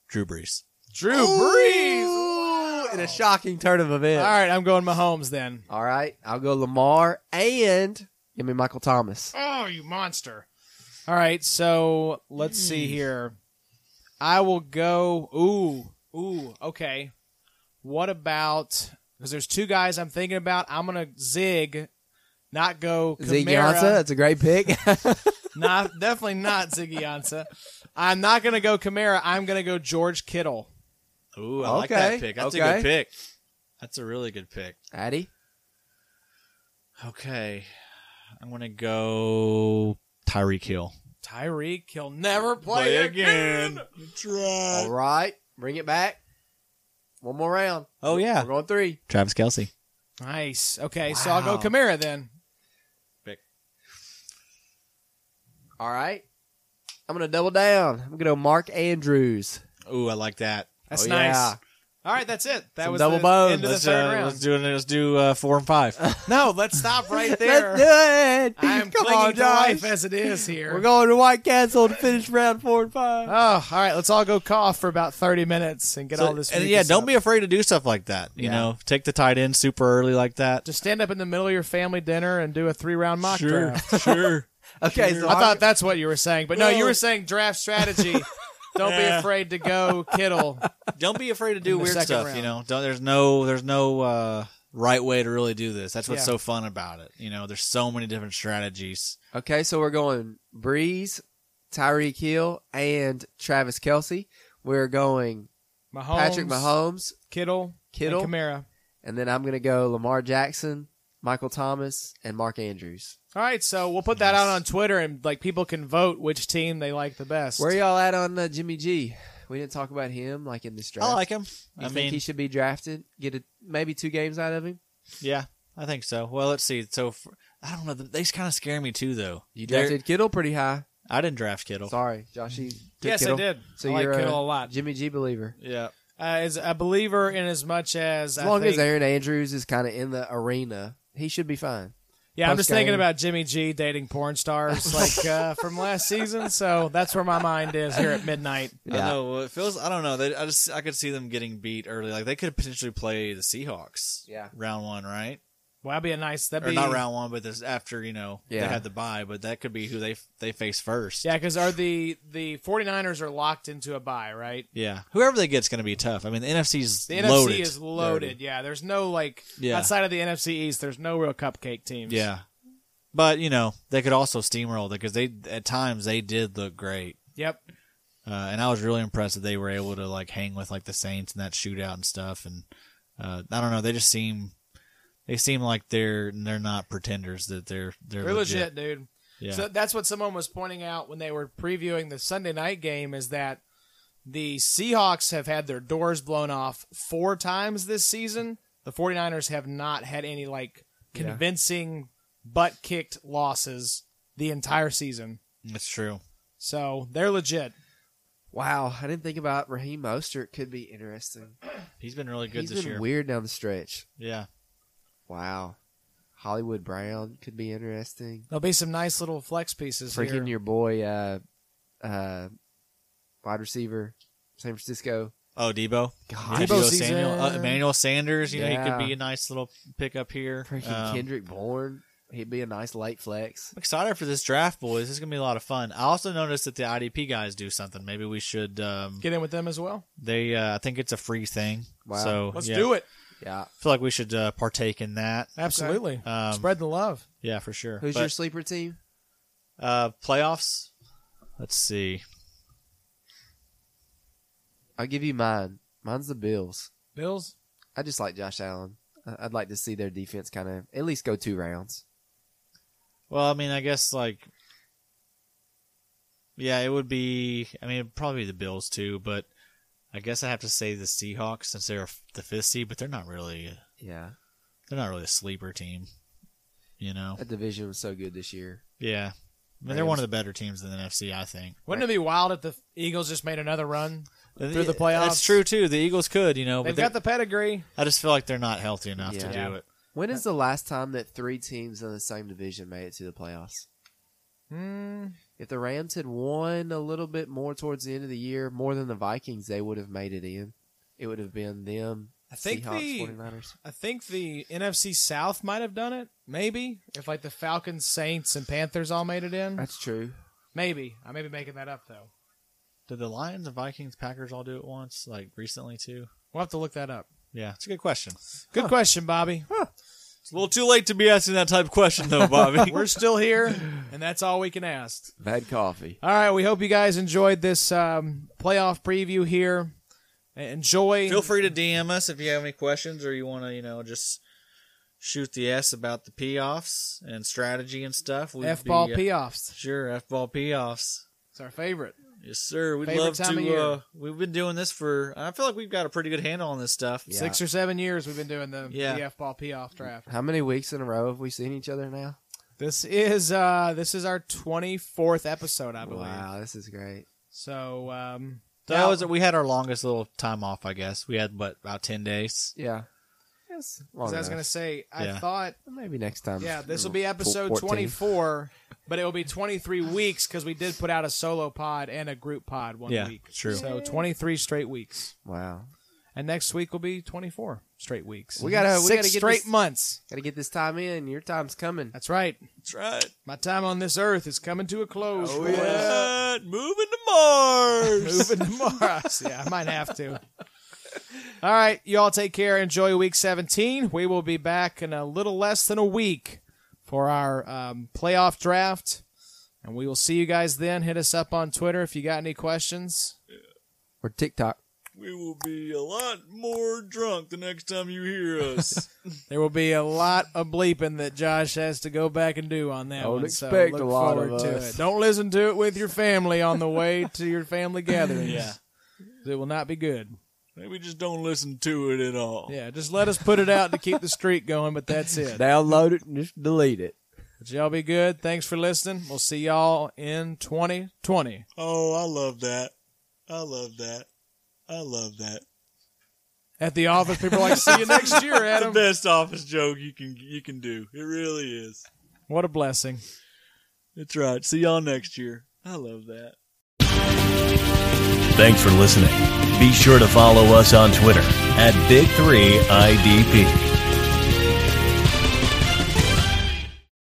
S3: Drew Brees.
S2: Drew Brees.
S4: Ooh, in a shocking turn of
S2: All
S4: events.
S2: right, I'm going Mahomes then.
S4: All right, I'll go Lamar and give me Michael Thomas.
S2: Oh, you monster. All right, so let's
S4: Hmm.
S2: see here. I will go. Ooh, ooh, okay. What about. Because there's two guys I'm thinking about. I'm going to zig, not go
S4: Zeke
S2: Kamara.
S4: Ansah, that's a great pick.
S2: Not, definitely not Ziggy Ansah. I'm not going to go Kamara. I'm going to go George Kittle.
S3: Ooh, I like that
S4: Okay,
S3: pick. That's a
S4: okay.
S3: good pick. That's a really good pick.
S4: Addy,
S3: Okay. I'm going to go Tyreek Hill.
S2: Tyreek, he'll never play, again.
S4: all right, bring it back. One more round.
S3: Oh, yeah.
S4: We're going three.
S3: Travis Kelsey.
S2: Nice. Okay, so I'll go Kamara then.
S4: All right, I'm gonna double down. I'm gonna go Mark Andrews.
S3: Ooh, I like that.
S2: That's
S4: Oh,
S2: nice.
S4: yeah.
S2: All right, that's it. That
S4: Some
S2: was
S4: double
S2: the
S4: bones.
S2: end of
S3: Let's,
S2: the third
S3: uh,
S2: round.
S3: let's do it. Let's do uh, four and five.
S2: No, let's stop right
S4: Let's do
S2: there.
S4: it.
S2: I am
S4: Come
S2: clinging
S4: on,
S2: to
S4: Josh.
S2: life as it is here.
S4: We're going to White Castle to finish round four and five.
S2: oh, all right. Let's all go cough for about thirty minutes and get
S3: So-
S2: all this.
S3: and
S2: mucus
S3: yeah, don't
S2: up.
S3: be afraid to do stuff like that. You
S4: Yeah.
S3: know, take the tight end super early like that.
S2: Just stand up in the middle of your family dinner and do a three-round mock draft.
S3: sure.
S4: Okay, so
S2: I thought that's what you were saying, but no, you were saying draft strategy. don't be
S3: Yeah.
S2: afraid to go Kittle.
S3: Don't be afraid to
S2: In
S3: do
S2: the
S3: weird
S2: second
S3: stuff.
S2: round.
S3: You know, don't, there's no there's no uh, right way to really do this. That's what's
S2: Yeah.
S3: so fun about it. You know, there's so many different strategies.
S4: Okay, so we're going Breeze, Tyreek Hill, and Travis Kelsey. We're going
S2: Mahomes,
S4: Patrick Mahomes,
S2: Kittle,
S4: Kittle.
S2: and Kamara.
S4: and then I'm going to go Lamar Jackson, Michael Thomas, and Mark Andrews.
S2: All right, so we'll put that out on Twitter and like people can vote which team they like the best.
S4: Where y'all at on uh, Jimmy G? We didn't talk about him like in this draft.
S3: I like him.
S4: You
S3: I
S4: think
S3: mean,
S4: he should be drafted? Get a, maybe two games out of him.
S3: yeah, I think so. Well, let's see. So f I don't know. They kind of scare me too, though.
S4: You
S3: They're-
S4: drafted Kittle pretty high.
S3: I didn't draft Kittle.
S4: Sorry, Josh. You took
S2: Yes, I
S4: Kittle.
S2: did.
S4: So
S2: I like
S4: you're
S2: Kittle a lot.
S4: Jimmy G believer.
S3: Yeah.
S2: Uh, is a believer in as much as
S4: As
S2: I
S4: long
S2: think,
S4: as Aaron Andrews is kind of in the arena, he should be fine.
S2: Yeah, I'm just
S4: Post-game.
S2: thinking about Jimmy G dating porn stars like uh, from last season, so that's where my mind is here at midnight.
S3: I don't know. It feels. I don't know. They, I just. I could see them getting beat early. Like they could potentially play the Seahawks.
S4: Yeah.
S3: Round one, right?
S2: Well, that'd be a nice. That'd
S3: Or
S2: be
S3: not round one, but this after you know
S4: Yeah.
S3: they have the bye, but that could be who they they face first.
S2: Yeah, because are the the 49ers are locked into a bye, right?
S3: Yeah. Whoever they get's going to be tough. I mean, the NFC's
S2: The
S3: loaded.
S2: NFC is loaded. Yeah, there's no like
S3: Yeah.
S2: outside of the NFC East. There's no real cupcake teams.
S3: Yeah. But you know they could also steamroll because they at times they did look great,
S2: Yep.
S3: uh, and I was really impressed that they were able to like hang with like the Saints in that shootout and stuff. And uh, I don't know, they just seem they seem like they're they're not pretenders that they're they're,
S2: They're legit, dude.
S3: Yeah.
S2: So that's what someone was pointing out when they were previewing the Sunday night game is that the Seahawks have had their doors blown off four times this season. The 49ers have not had any like convincing butt kicked losses the entire season.
S3: That's true.
S2: So they're legit.
S4: Wow, I didn't think about Raheem Mostert could be interesting.
S3: He's been really good
S4: He's
S3: this
S4: been
S3: year.
S4: weird down the stretch.
S3: Yeah.
S4: Wow. Hollywood Brown could be interesting.
S2: There'll be some nice little flex pieces
S4: Freaking
S2: here.
S4: your boy, uh, uh, wide receiver, San Francisco.
S3: Oh, Debo.
S4: God,
S2: Debo
S3: Debo
S2: Season.
S3: Samuel, uh, Emmanuel Sanders. You know, he
S4: Yeah.
S3: could be a nice little pickup here.
S4: freaking
S3: Um,
S4: Kendrick Bourne. He'd be a nice late flex.
S3: I'm excited for this draft, boys. This is gonna be a lot of fun. I also noticed that the IDP guys do something. Maybe we should. Um,
S2: Get in with them as well.
S3: they, uh, I think it's a free thing.
S4: Wow.
S3: So
S2: Let's
S3: yeah.
S2: do it.
S4: Yeah.
S3: feel like we should uh, partake in that.
S2: Absolutely.
S3: Um,
S2: Spread the love.
S3: Yeah, for sure.
S4: Who's
S3: But,
S4: your sleeper team?
S3: uh, playoffs? Let's see.
S4: I'll give you mine. Mine's the Bills.
S2: Bills.
S4: I just like Josh Allen. I- I'd like to see their defense kind of at least go two rounds.
S3: Well, I mean, I guess like, yeah, it would be. I mean, it'd probably be the Bills too, but I guess I have to say the Seahawks since they're the fifth seed, but they're not really.
S4: Yeah.
S3: They're not really a sleeper team, you know.
S4: That division was so good this year.
S3: Yeah, I mean, they're one of the better teams in the NFC, I think.
S2: Wouldn't it be wild if the Eagles just made another run?
S3: Through
S2: the playoffs?
S3: that's true too. The Eagles could, you know,
S2: They've
S3: but they're-
S2: got the pedigree.
S3: I just feel like they're not healthy enough to
S4: Yeah.
S3: do it.
S4: When is the last time that three teams in the same division made it to the playoffs?
S2: Mm,
S4: If the Rams had won a little bit more towards the end of the year, more than the Vikings, they would have made it in. It would have been them,
S2: I think
S4: Seahawks,
S2: the-
S4: 49ers.
S2: I think the NFC South might have done it. Maybe if like the Falcons, Saints, and Panthers all made it in.
S4: That's true.
S2: Maybe I may be making that up though.
S3: Did the Lions, the Vikings, Packers all do it once, like recently too?
S2: We'll have to look that up.
S3: Yeah, it's a good question.
S2: Good question, Bobby.
S9: It's a little too late to be asking that type of question, though, Bobby.
S2: We're still here, and that's all we can ask.
S4: Bad coffee.
S2: All right, we hope you guys enjoyed this um, playoff preview here. Enjoy.
S3: Feel free to DM us if you have any questions or you want to, you know, just shoot the s about the p offs and strategy and stuff. We'd
S2: F ball
S3: be, uh,
S2: P offs.
S3: Sure, f ball p offs.
S2: It's our favorite.
S3: Yes, sir. We'd
S2: Favorite
S3: love
S2: time of
S3: to.
S2: year.
S3: Uh, we've been doing this for. I feel like we've got a pretty good handle on this stuff.
S4: Yeah.
S2: Six or seven years we've been doing the,
S3: Yeah.
S2: the F ball P off draft.
S4: How many weeks in a row have we seen each other now?
S2: This is uh this is our twenty fourth episode, I believe.
S4: Wow, this is great.
S2: So um
S3: That was we had our longest little time off. I guess we had what about ten days.
S4: Yeah.
S2: 'cause I was
S4: Long
S2: gonna
S4: enough.
S2: say I
S3: Yeah.
S2: thought
S4: Maybe next time.
S2: yeah this will be episode
S4: 14.
S2: twenty four, but it will be twenty three weeks because we did put out a solo pod and a group pod one
S3: Yeah,
S2: week.
S3: true.
S2: So twenty three straight weeks.
S4: Wow.
S2: And next week will be 24 straight weeks.
S4: We gotta- we
S2: Six
S4: gotta get
S2: straight
S4: this-
S2: months.
S4: Gotta get this time in. Your time's coming.
S2: That's right.
S9: That's right.
S2: My time on this earth is coming to a close. Oh,
S9: Right. Moving to Mars.
S2: Moving to Mars. Yeah, I might have to. All right, you all take care. Enjoy week 17. We will be back in a little less than a week for our um, playoff draft. And we will see you guys then. Hit us up on Twitter if you got any questions.
S4: Or TikTok.
S9: we will be a lot more drunk the next time you hear us.
S2: There will be a lot of bleeping that Josh has to go back and do on that
S4: I would
S2: one.
S4: expect
S2: so
S4: a
S2: look
S4: lot
S2: forward
S4: of
S2: to
S4: us.
S2: it. Don't listen to it with your family on the way to your family gatherings.
S3: Yeah.
S2: It will not be good.
S9: Maybe just don't listen to it at all.
S2: Yeah, just let us put it out to keep the streak going, but that's it.
S4: Download it and just delete it.
S2: But y'all be good. Thanks for listening. We'll see y'all in 2020.
S9: Oh, I love that. I love that. I love that.
S2: At the office, people are like, see you next year,
S9: The
S2: Adam.
S9: best office joke you can you can do. It really is.
S2: What a blessing.
S9: That's right. See y'all next year. I love that.
S1: Thanks for listening. Be sure to follow us on Twitter at Big3IDP